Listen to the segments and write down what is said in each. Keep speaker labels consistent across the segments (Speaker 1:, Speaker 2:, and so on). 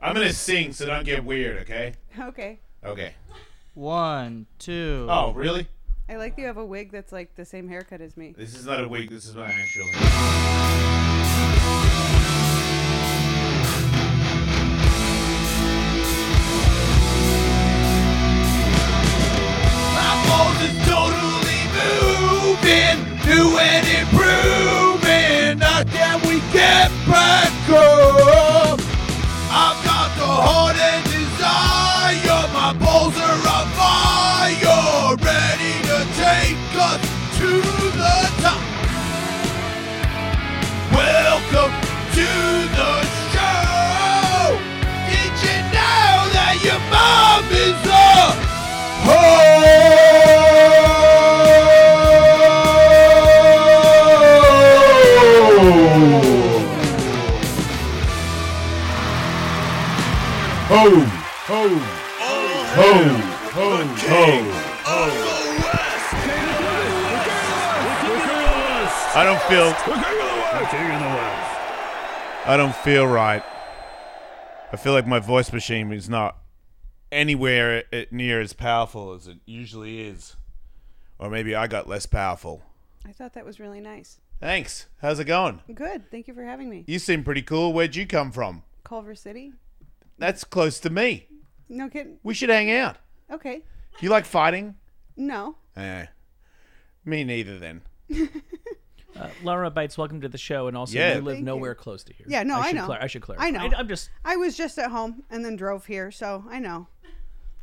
Speaker 1: I'm gonna sing, so don't get weird, okay?
Speaker 2: Okay.
Speaker 1: Okay.
Speaker 3: One, two.
Speaker 1: Oh, really?
Speaker 2: I like that you have a wig that's like the same haircut as me.
Speaker 1: This is not a wig. This is my actual. My balls is totally moving, doing improving. Not that we get back up. I've got the heart and desire. My balls are on fire, ready to take us to the top. Welcome to the show. Did you know that your mom is a Ho! Ho! Ho! Ho! Ho! I don't feel. I don't feel right. I feel like my voice machine is not anywhere it- near as powerful as it usually is, or maybe I got less powerful.
Speaker 2: I thought that was really nice.
Speaker 1: Thanks. How's it going?
Speaker 2: Good. Thank you for having me.
Speaker 1: You seem pretty cool. Where'd you come from?
Speaker 2: Culver City?
Speaker 1: That's close to me.
Speaker 2: No kidding.
Speaker 1: We should hang out.
Speaker 2: Okay.
Speaker 1: You like fighting?
Speaker 2: No.
Speaker 1: Eh. Me neither then.
Speaker 4: Uh, Laura Bites, welcome to the show, and also
Speaker 1: Yeah.
Speaker 4: you live
Speaker 2: Thank
Speaker 4: nowhere
Speaker 2: you.
Speaker 4: close to here.
Speaker 2: Yeah, no, I
Speaker 4: should
Speaker 2: know.
Speaker 4: clar- I should clarify.
Speaker 2: I know.
Speaker 4: I'm just
Speaker 2: I was just at home and then drove here, so I know.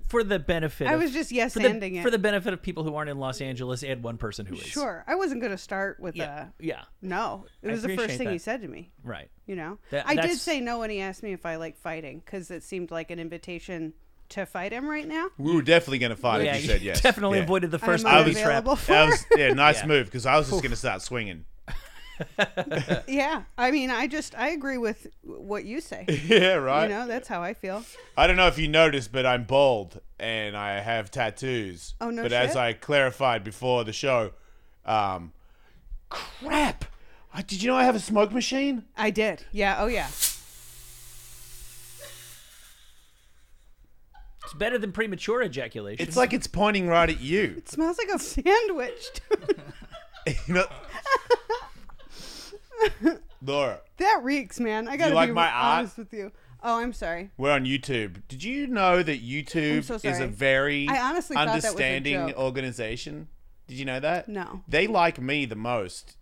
Speaker 4: for the benefit.
Speaker 2: I
Speaker 4: of-
Speaker 2: was just yes
Speaker 4: for the,
Speaker 2: anding it.
Speaker 4: for the benefit of people who aren't in Los Angeles and one person who is.
Speaker 2: Sure. I wasn't going to start with
Speaker 4: Yeah.
Speaker 2: a
Speaker 4: Yeah.
Speaker 2: no. It
Speaker 4: I
Speaker 2: was the first
Speaker 4: appreciate
Speaker 2: thing he
Speaker 4: that.
Speaker 2: said to me.
Speaker 4: Right.
Speaker 2: You know,
Speaker 4: That-
Speaker 2: I did
Speaker 4: that's-
Speaker 2: say no when he asked me if I like fighting because it seemed like an invitation to fight him right now.
Speaker 1: We were definitely going to fight if you said yes.
Speaker 4: Definitely
Speaker 1: Yeah.
Speaker 4: avoided the first
Speaker 2: I'm
Speaker 4: booby trap.
Speaker 2: unavailable for.
Speaker 1: That was yeah, nice
Speaker 4: Yeah.
Speaker 1: move because I was just going to start swinging.
Speaker 2: yeah, I mean, I just I agree with what you say.
Speaker 1: Yeah, right.
Speaker 2: You know, that's how I feel.
Speaker 1: I don't know if you noticed, but I'm bald and I have tattoos.
Speaker 2: Oh, no
Speaker 1: But
Speaker 2: shit.
Speaker 1: as I clarified before the show, um, crap! I, did you know I have a smoke machine?
Speaker 2: I did. Yeah. Oh yeah.
Speaker 4: It's better than premature ejaculation.
Speaker 1: It's like it's pointing right at you.
Speaker 2: It smells like a sandwich. dude.
Speaker 1: You know- Laura,
Speaker 2: that reeks, man. I gotta
Speaker 1: like
Speaker 2: be
Speaker 1: my art?
Speaker 2: honest with you. Oh, I'm sorry.
Speaker 1: we're on YouTube. Did you know that YouTube
Speaker 2: so
Speaker 1: is a
Speaker 2: sorry.
Speaker 1: very
Speaker 2: I honestly thought that was a
Speaker 1: understanding
Speaker 2: joke.
Speaker 1: organization? Did you know that?
Speaker 2: No.
Speaker 1: They like me the most.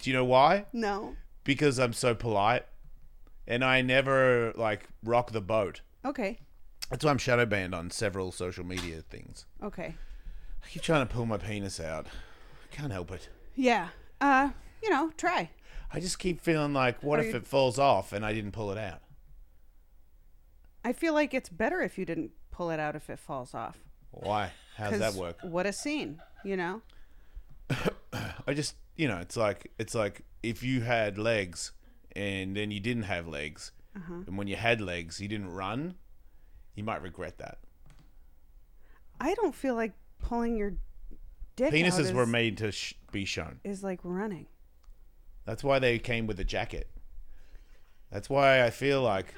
Speaker 1: Do you know why?
Speaker 2: No.
Speaker 1: Because I'm so polite and I never like rock the boat.
Speaker 2: Okay.
Speaker 1: That's why I'm shadow banned on several social media things.
Speaker 2: Okay.
Speaker 1: I keep trying to pull my penis out. I can't help it.
Speaker 2: Yeah. Uh, you know, try.
Speaker 1: I just keep feeling like, what
Speaker 2: Are
Speaker 1: if
Speaker 2: you-
Speaker 1: it falls off and I didn't pull it out?
Speaker 2: I feel like it's better if you didn't pull it out if it falls off.
Speaker 1: Why? How does that
Speaker 2: 'Cause
Speaker 1: work?
Speaker 2: What a scene. You know.
Speaker 1: I just, you know, it's like it's like if you had legs and then you didn't have legs, and when you had legs, you didn't run, you might regret that.
Speaker 2: I don't feel like pulling your dick. out
Speaker 1: Penises
Speaker 2: is,
Speaker 1: were made to sh- be shown.
Speaker 2: Is like running.
Speaker 1: That's why they came with a jacket. That's why I feel like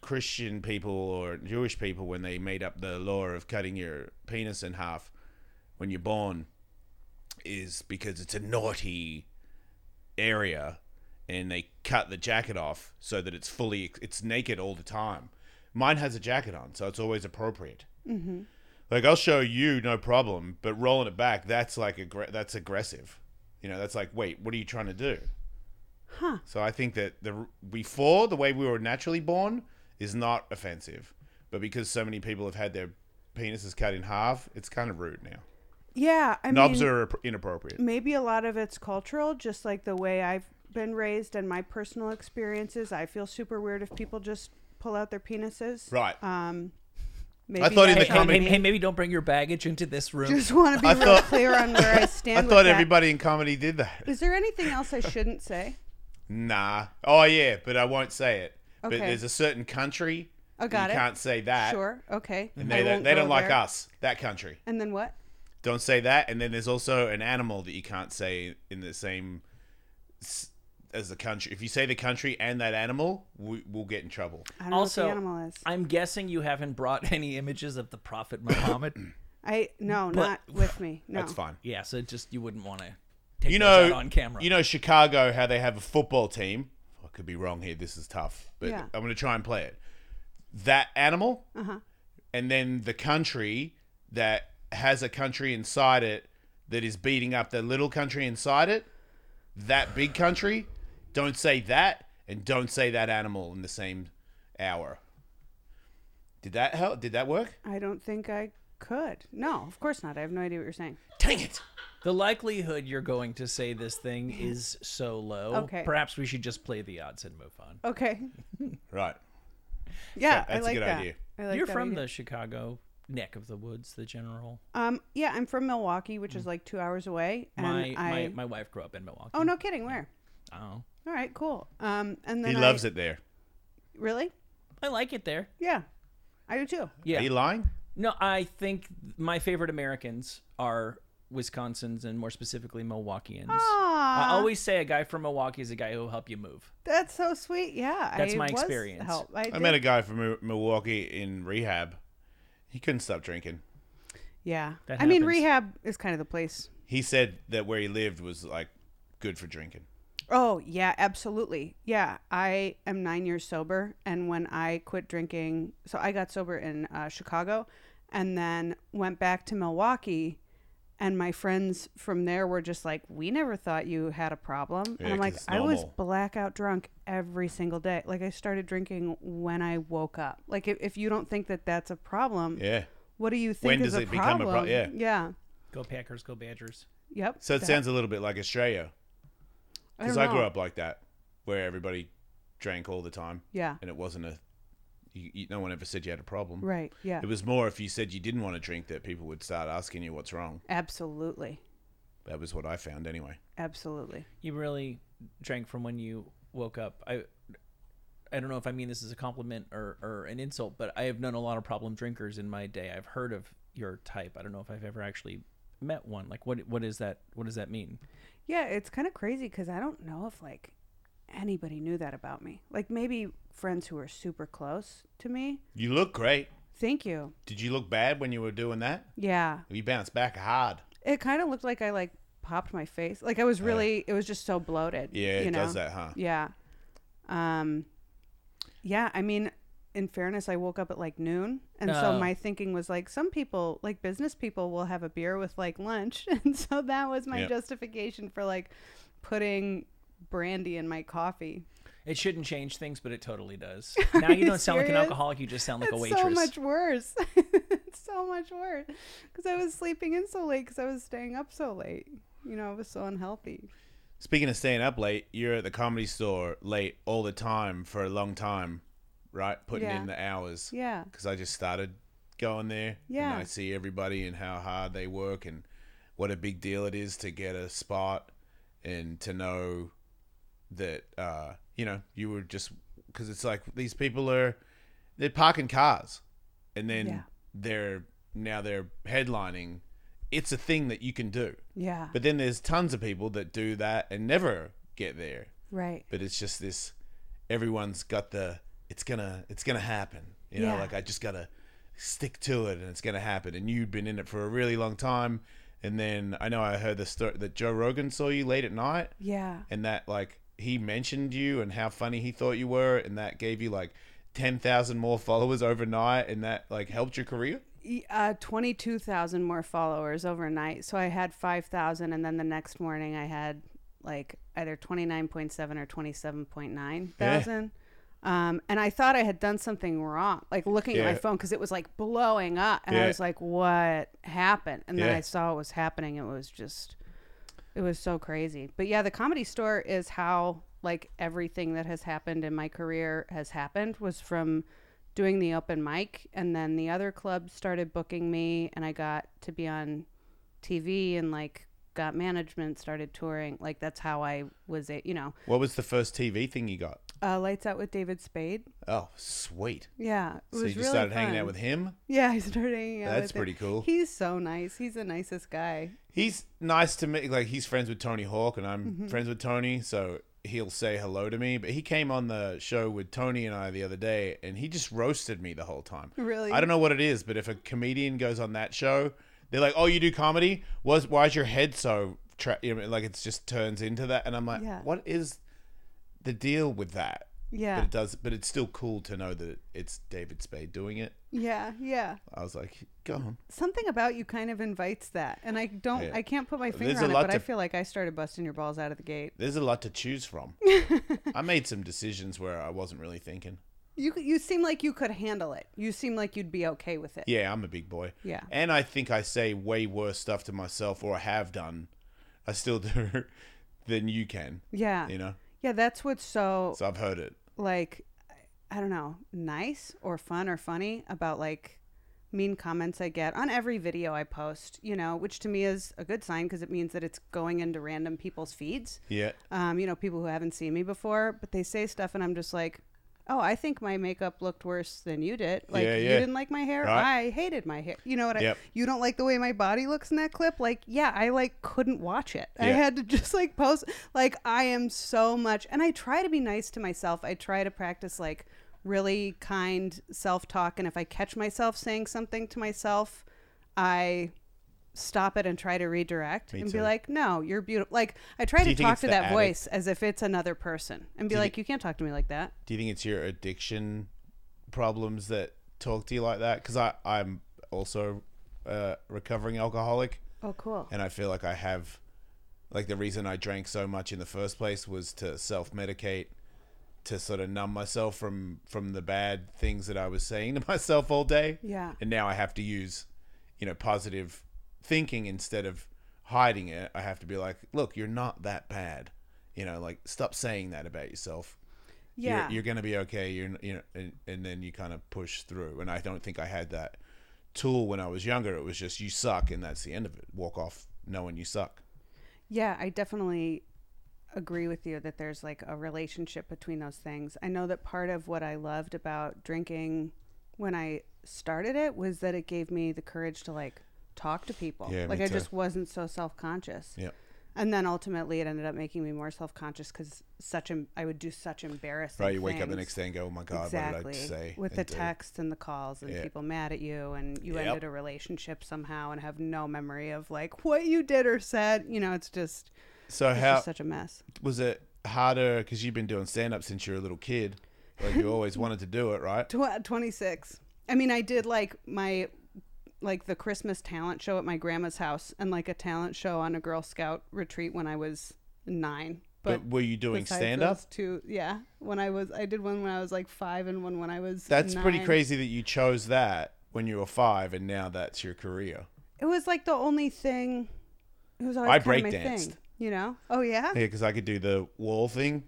Speaker 1: Christian people or Jewish people, when they made up the law of cutting your penis in half when you're born, is because it's a naughty area and they cut the jacket off so that it's fully, it's naked all the time. Mine has a jacket on, so it's always appropriate. Mm-hmm. Like I'll show you, no problem, but rolling it back, that's like aggr- that's aggressive. You know, that's like, wait, what are you trying to do? So I think that the before the way we were naturally born is not offensive, but because so many people have had their penises cut in half, it's kind of rude now.
Speaker 2: Yeah, I
Speaker 1: Knobs
Speaker 2: mean,
Speaker 1: are appro- inappropriate.
Speaker 2: maybe a lot of it's cultural, just like the way I've been raised and my personal experiences. I feel super weird if people just pull out their penises.
Speaker 1: Right.
Speaker 2: Um, maybe
Speaker 1: thought in
Speaker 2: that's
Speaker 1: the
Speaker 4: Hey,
Speaker 2: on
Speaker 4: hey,
Speaker 1: comedy-
Speaker 4: hey,
Speaker 2: me.
Speaker 4: hey, maybe don't bring your baggage into this room.
Speaker 2: Just want to be
Speaker 1: I
Speaker 2: real
Speaker 1: thought-
Speaker 2: clear on where I
Speaker 1: I
Speaker 2: stand. with
Speaker 1: thought
Speaker 2: that.
Speaker 1: everybody in comedy did that.
Speaker 2: Is there anything else I shouldn't say?
Speaker 1: Nah. Oh yeah, but I won't say it. But
Speaker 2: Okay.
Speaker 1: there's a certain country
Speaker 2: Oh,
Speaker 1: that you
Speaker 2: got it.
Speaker 1: can't say that.
Speaker 2: Sure. Okay.
Speaker 1: And
Speaker 2: I
Speaker 1: they don't,
Speaker 2: won't
Speaker 1: they
Speaker 2: go
Speaker 1: don't like
Speaker 2: there.
Speaker 1: us. That country.
Speaker 2: And then what?
Speaker 1: Don't say that. And then there's also an animal that you can't say in the same s- as the country. If you say the country and that animal, we, we'll get in trouble.
Speaker 2: I don't
Speaker 4: Also,
Speaker 2: know what the animal is.
Speaker 4: I'm guessing you haven't brought any images of the Prophet Muhammad.
Speaker 2: I no,
Speaker 4: But-
Speaker 2: not with me. No,
Speaker 1: That's fine.
Speaker 4: yeah, so just you wouldn't want to take
Speaker 1: You
Speaker 4: those
Speaker 1: know,
Speaker 4: out on camera.
Speaker 1: you know Chicago, how they have a football team. Oh, I could be wrong here. This is tough, but
Speaker 2: Yeah.
Speaker 1: I'm going to try and play it. That animal, and then the country that has a country inside it that is beating up the little country inside it. That big country. Don't say that, and don't say that animal in the same hour. Did that help? Did that work?
Speaker 2: I don't think I could. No, of course not. I have no idea what you're saying.
Speaker 1: Dang it!
Speaker 4: the likelihood you're going to say this thing is so low.
Speaker 2: Okay.
Speaker 4: Perhaps we should just play the odds and move on.
Speaker 2: Okay.
Speaker 1: Right.
Speaker 2: Yeah,
Speaker 1: that's a
Speaker 2: I like
Speaker 1: good
Speaker 2: that.
Speaker 1: idea.
Speaker 2: I like
Speaker 4: you're
Speaker 2: that
Speaker 4: from
Speaker 2: idea.
Speaker 4: the Chicago neck of the woods, the general.
Speaker 2: um yeah, I'm from Milwaukee, which is like two hours away. And
Speaker 4: Mm. My,
Speaker 2: I
Speaker 4: my my wife grew up in Milwaukee.
Speaker 2: Oh no kidding, where?
Speaker 4: Oh.
Speaker 2: All right, cool. Um and
Speaker 1: He
Speaker 2: then
Speaker 1: loves it there.
Speaker 2: Really?
Speaker 4: I like it there.
Speaker 2: Yeah. I do too.
Speaker 4: Yeah.
Speaker 1: Are you lying?
Speaker 4: No, I think my favorite Americans are Wisconsins and more specifically Milwaukeeans. I
Speaker 2: Aw.
Speaker 4: always say a guy from Milwaukee is a guy who will help you move.
Speaker 2: That's so sweet. Yeah.
Speaker 4: That's
Speaker 2: I
Speaker 4: my
Speaker 2: was
Speaker 4: experience.
Speaker 2: Help. I,
Speaker 1: I
Speaker 2: did-
Speaker 1: met a guy from Mi- Milwaukee in rehab. He couldn't stop drinking.
Speaker 2: Yeah. I
Speaker 4: That
Speaker 2: mean
Speaker 4: happens.
Speaker 2: rehab is kind of the place.
Speaker 1: He said that where he lived was like good for drinking.
Speaker 2: Oh, yeah, absolutely. Yeah, I am nine years sober. And when I quit drinking, so I got sober in uh, Chicago and then went back to Milwaukee. And my friends from there were just like, We never thought you had a problem.
Speaker 1: Yeah,
Speaker 2: and I'm
Speaker 1: 'cause
Speaker 2: like,
Speaker 1: it's
Speaker 2: I was
Speaker 1: normal.
Speaker 2: blackout drunk every single day. Like, I started drinking when I woke up. Like, if, if you don't think that that's a problem,
Speaker 1: Yeah.
Speaker 2: what do you think
Speaker 1: When
Speaker 2: is
Speaker 1: does
Speaker 2: a
Speaker 1: it become a pro-
Speaker 2: problem?
Speaker 1: yeah.
Speaker 2: Yeah.
Speaker 4: Go Packers, go Badgers.
Speaker 2: Yep.
Speaker 1: So it
Speaker 2: That-
Speaker 1: sounds a little bit like Australia
Speaker 2: I
Speaker 1: because
Speaker 2: don't
Speaker 1: I, grew
Speaker 2: know.
Speaker 1: up like that, where everybody drank all the time,
Speaker 2: Yeah.
Speaker 1: and it wasn't a. You, you, no one ever said you had a problem.
Speaker 2: Right. Yeah.
Speaker 1: It was more if you said you didn't want to drink that people would start asking you what's wrong.
Speaker 2: Absolutely.
Speaker 1: That was what I found anyway.
Speaker 2: Absolutely.
Speaker 4: You really drank from when you woke up. I I don't know if I mean this as a compliment or, or an insult, but I have known a lot of problem drinkers in my day. I've heard of your type. I don't know if I've ever actually met one. Like what what is that what does that mean?
Speaker 2: Yeah, it's kind of crazy because I don't know if like anybody knew that about me. Like maybe friends who are super close to me.
Speaker 1: You look great.
Speaker 2: Thank you.
Speaker 1: Did you look bad when you were doing that?
Speaker 2: Yeah,
Speaker 1: You bounced back hard.
Speaker 2: it kind of looked like I like popped my face. Like I was really, it was just so bloated.
Speaker 1: Yeah,
Speaker 2: you
Speaker 1: it
Speaker 2: know?
Speaker 1: does that, huh?
Speaker 2: Yeah. Um. Yeah, I mean, in fairness, I woke up at like noon, and so
Speaker 4: Oh.
Speaker 2: my thinking was like, some people, like business people, will have a beer with like lunch, and so that was my
Speaker 1: Yep.
Speaker 2: justification for like putting brandy in my coffee
Speaker 4: It shouldn't change things, but it totally does. Now you don't sound like an
Speaker 2: serious?
Speaker 4: alcoholic, you just sound like a
Speaker 2: it's
Speaker 4: waitress.
Speaker 2: so much worse. it's so much worse because I was sleeping in so late because I was staying up so late. You know, I was so unhealthy.
Speaker 1: Speaking of staying up late, you're at the comedy store late all the time for a long time, right? Putting
Speaker 2: Yeah.
Speaker 1: in the hours.
Speaker 2: Yeah,
Speaker 1: Because I just started going there.
Speaker 2: Yeah.
Speaker 1: And I see everybody and how hard they work and what a big deal it is to get a spot and to know that, uh, you know, you were just. Because it's like these people are. They're parking cars and then
Speaker 2: Yeah.
Speaker 1: they're. Now they're headlining. It's a thing that you can do.
Speaker 2: yeah,
Speaker 1: But then there's tons of people that do that and never get there.
Speaker 2: right.
Speaker 1: But it's just this everyone's got the it's gonna it's gonna happen. You know,
Speaker 2: Yeah.
Speaker 1: like I just gotta stick to it and it's gonna happen. And you've been in it for a really long time. And then I know I heard the story that Joe Rogan saw you late at night
Speaker 2: Yeah,
Speaker 1: and that like he mentioned you and how funny he thought you were and that gave you like ten thousand more followers overnight and that like helped your career.
Speaker 2: E- uh, twenty-two thousand more followers overnight. So I had five thousand, and then the next morning I had like either twenty-nine point seven or twenty-seven point nine thousand. Um, and I thought I had done something wrong, like looking at my
Speaker 1: Yeah.
Speaker 2: phone because it was like blowing up, and
Speaker 1: Yeah.
Speaker 2: I was like, "What happened?" And then
Speaker 1: Yeah.
Speaker 2: I saw what was happening. It was just, it was so crazy. But yeah, the comedy store is how like everything that has happened in my career has happened was from doing the open mic, and then the other clubs started booking me, and I got to be on TV and like got management, started touring. Like that's how I was, a, you know,
Speaker 1: What was the first TV thing you got?
Speaker 2: uh, lights out with David Spade.
Speaker 1: Oh, sweet.
Speaker 2: Yeah, it
Speaker 1: so you
Speaker 2: was
Speaker 1: just
Speaker 2: really
Speaker 1: started hanging
Speaker 2: fun.
Speaker 1: out with him?
Speaker 2: Yeah, I started hanging out.
Speaker 1: That's
Speaker 2: with him.
Speaker 1: pretty cool.
Speaker 2: He's so nice. He's the nicest guy. Mm-hmm.
Speaker 1: He's nice to me. Like he's friends with Tony Hawk, and I'm friends with Tony. So he'll say hello to me. But he came on the show with Tony and I the other day, and he just roasted me the whole time.
Speaker 2: Really?
Speaker 1: I don't know what it is, but if a comedian goes on that show, they're like, "Oh, you do comedy? Was why is your head so tra-? You know, like it just turns into that?" And I'm like,
Speaker 2: Yeah.
Speaker 1: "What is the deal with that?" But
Speaker 2: Yeah.
Speaker 1: it does. But it's still cool to know that it's David Spade doing it.
Speaker 2: Yeah. Yeah.
Speaker 1: I was like, "Go on."
Speaker 2: Something about you kind of invites that. And I don't,
Speaker 1: Yeah.
Speaker 2: I can't put my
Speaker 1: There's
Speaker 2: finger
Speaker 1: a
Speaker 2: on it,
Speaker 1: lot
Speaker 2: but I
Speaker 1: to-
Speaker 2: feel like I started busting your balls out of the gate.
Speaker 1: There's a lot to choose from. I made some decisions where I wasn't really thinking.
Speaker 2: You, you seem like you could handle it. You seem like you'd be okay with it.
Speaker 1: Yeah, I'm a big boy.
Speaker 2: Yeah.
Speaker 1: And I think I say way worse stuff to myself, or I have done. I still do, than you can.
Speaker 2: Yeah.
Speaker 1: You know.
Speaker 2: Yeah, that's what's so
Speaker 1: So I've heard it.
Speaker 2: like I- I don't know, nice or fun or funny about like mean comments I get on every video I post, you know, which to me is a good sign because it means that it's going into random people's feeds.
Speaker 1: Yeah.
Speaker 2: Um, you know, people who haven't seen me before, but they say stuff and I'm just like, "Oh, I think my makeup looked worse than you did. Like
Speaker 1: Yeah,
Speaker 2: you
Speaker 1: yeah.
Speaker 2: didn't like my hair.
Speaker 1: Right.
Speaker 2: I hated my hair. You know what
Speaker 1: Yep.
Speaker 2: I You don't like the way my body looks in that clip? Like, yeah, I like couldn't watch it. I
Speaker 1: Yeah.
Speaker 2: had to just like post like I am so much and I try to be nice to myself. I try to practice like really kind self-talk and if I catch myself saying something to myself, I stop it and try to redirect and be
Speaker 1: too.
Speaker 2: like, "No, you're beautiful." Like I try
Speaker 1: Do
Speaker 2: to
Speaker 1: you think
Speaker 2: talk
Speaker 1: it's
Speaker 2: to
Speaker 1: the
Speaker 2: that
Speaker 1: addict?
Speaker 2: voice as if it's another person and be
Speaker 1: you
Speaker 2: like, "You can't talk to me like that."
Speaker 1: Do you think it's your addiction problems that talk to you like that? Because I I'm also a recovering alcoholic,
Speaker 2: Oh, cool.
Speaker 1: and I feel like I have, like the reason I drank so much in the first place was to self medicate, to sort of numb myself from from the bad things that I was saying to myself all day.
Speaker 2: Yeah.
Speaker 1: And now I have to use, you know, positive thinking instead of hiding it. I have to be like, look, you're not that bad. You know, like stop saying that about yourself.
Speaker 2: Yeah.
Speaker 1: you're, you're gonna be okay. You're n- you know, and, and then you kind of push through. And I don't think I had that tool when I was younger. It was just you suck, and that's the end of it. Walk off knowing you suck.
Speaker 2: Yeah, I definitely agree with you that there's like a relationship between those things. I know that part of what I loved about drinking when I started it was that it gave me the courage to like talk to people.
Speaker 1: Yeah, me
Speaker 2: like I
Speaker 1: too.
Speaker 2: just wasn't so self-conscious.
Speaker 1: Yeah,
Speaker 2: And then ultimately it ended up making me more self-conscious cuz such em- I would do such embarrassing
Speaker 1: right. You wake up the
Speaker 2: things.
Speaker 1: next day and go, oh my god,
Speaker 2: exactly.
Speaker 1: what did I say?
Speaker 2: With the
Speaker 1: and do?"
Speaker 2: texts and the calls and
Speaker 1: Yeah.
Speaker 2: people mad at you and you
Speaker 1: Yep.
Speaker 2: ended a relationship somehow and have no memory of like what you did or said. You know, it's just
Speaker 1: So
Speaker 2: it's
Speaker 1: how
Speaker 2: just such a mess.
Speaker 1: was it harder? Because you've been doing stand up since you were a little kid. Like you always wanted to do it, right?
Speaker 2: Tw- 26. I mean, I did like my like the Christmas talent show at my grandma's house and like a talent show on a Girl Scout retreat when I was 9. But,
Speaker 1: But, were you doing
Speaker 2: besides
Speaker 1: stand up?
Speaker 2: those Two, yeah. When I was I did one when I was like 5 and one when I was
Speaker 1: That's pretty
Speaker 2: nine.
Speaker 1: crazy that you chose that when you were five, and now that's your career.
Speaker 2: It was like the only thing it was always
Speaker 1: I
Speaker 2: kind of my
Speaker 1: breakdanced.
Speaker 2: thing, you know? Oh yeah.
Speaker 1: Yeah, because I could do the wall thing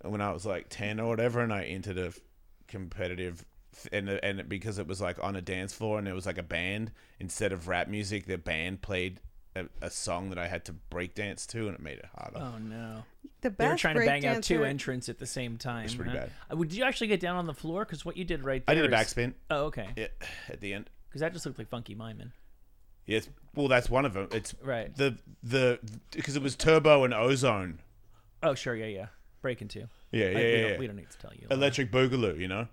Speaker 1: when I was like ten or whatever, and I entered a competitive. And, uh, and it- because it was like on a dance floor and it was like a band instead of rap music the band played a, a song that i had to break dance to and it made it harder
Speaker 4: Oh no!
Speaker 2: The
Speaker 4: They
Speaker 2: best
Speaker 4: were trying to bang out two
Speaker 2: breakdancer-
Speaker 4: entrants at the same time.
Speaker 1: pretty
Speaker 4: huh?
Speaker 1: bad.
Speaker 4: Uh, Did you actually get down on the floor? Because what you did right
Speaker 1: i
Speaker 4: there.
Speaker 1: did a
Speaker 4: is-
Speaker 1: backspin
Speaker 4: Oh, okay.
Speaker 1: yeah, at the end
Speaker 4: Because that just looked like funky miming.
Speaker 1: Yes. Well, that's one of them. It's
Speaker 4: Right.
Speaker 1: The the because it was turbo and ozone.
Speaker 4: Oh, sure, yeah, yeah. Breaking two.
Speaker 1: Yeah, yeah,
Speaker 4: I- we,
Speaker 1: yeah.
Speaker 4: don't,
Speaker 1: yeah.
Speaker 4: we don't need to tell you.
Speaker 1: Electric boogaloo. You know.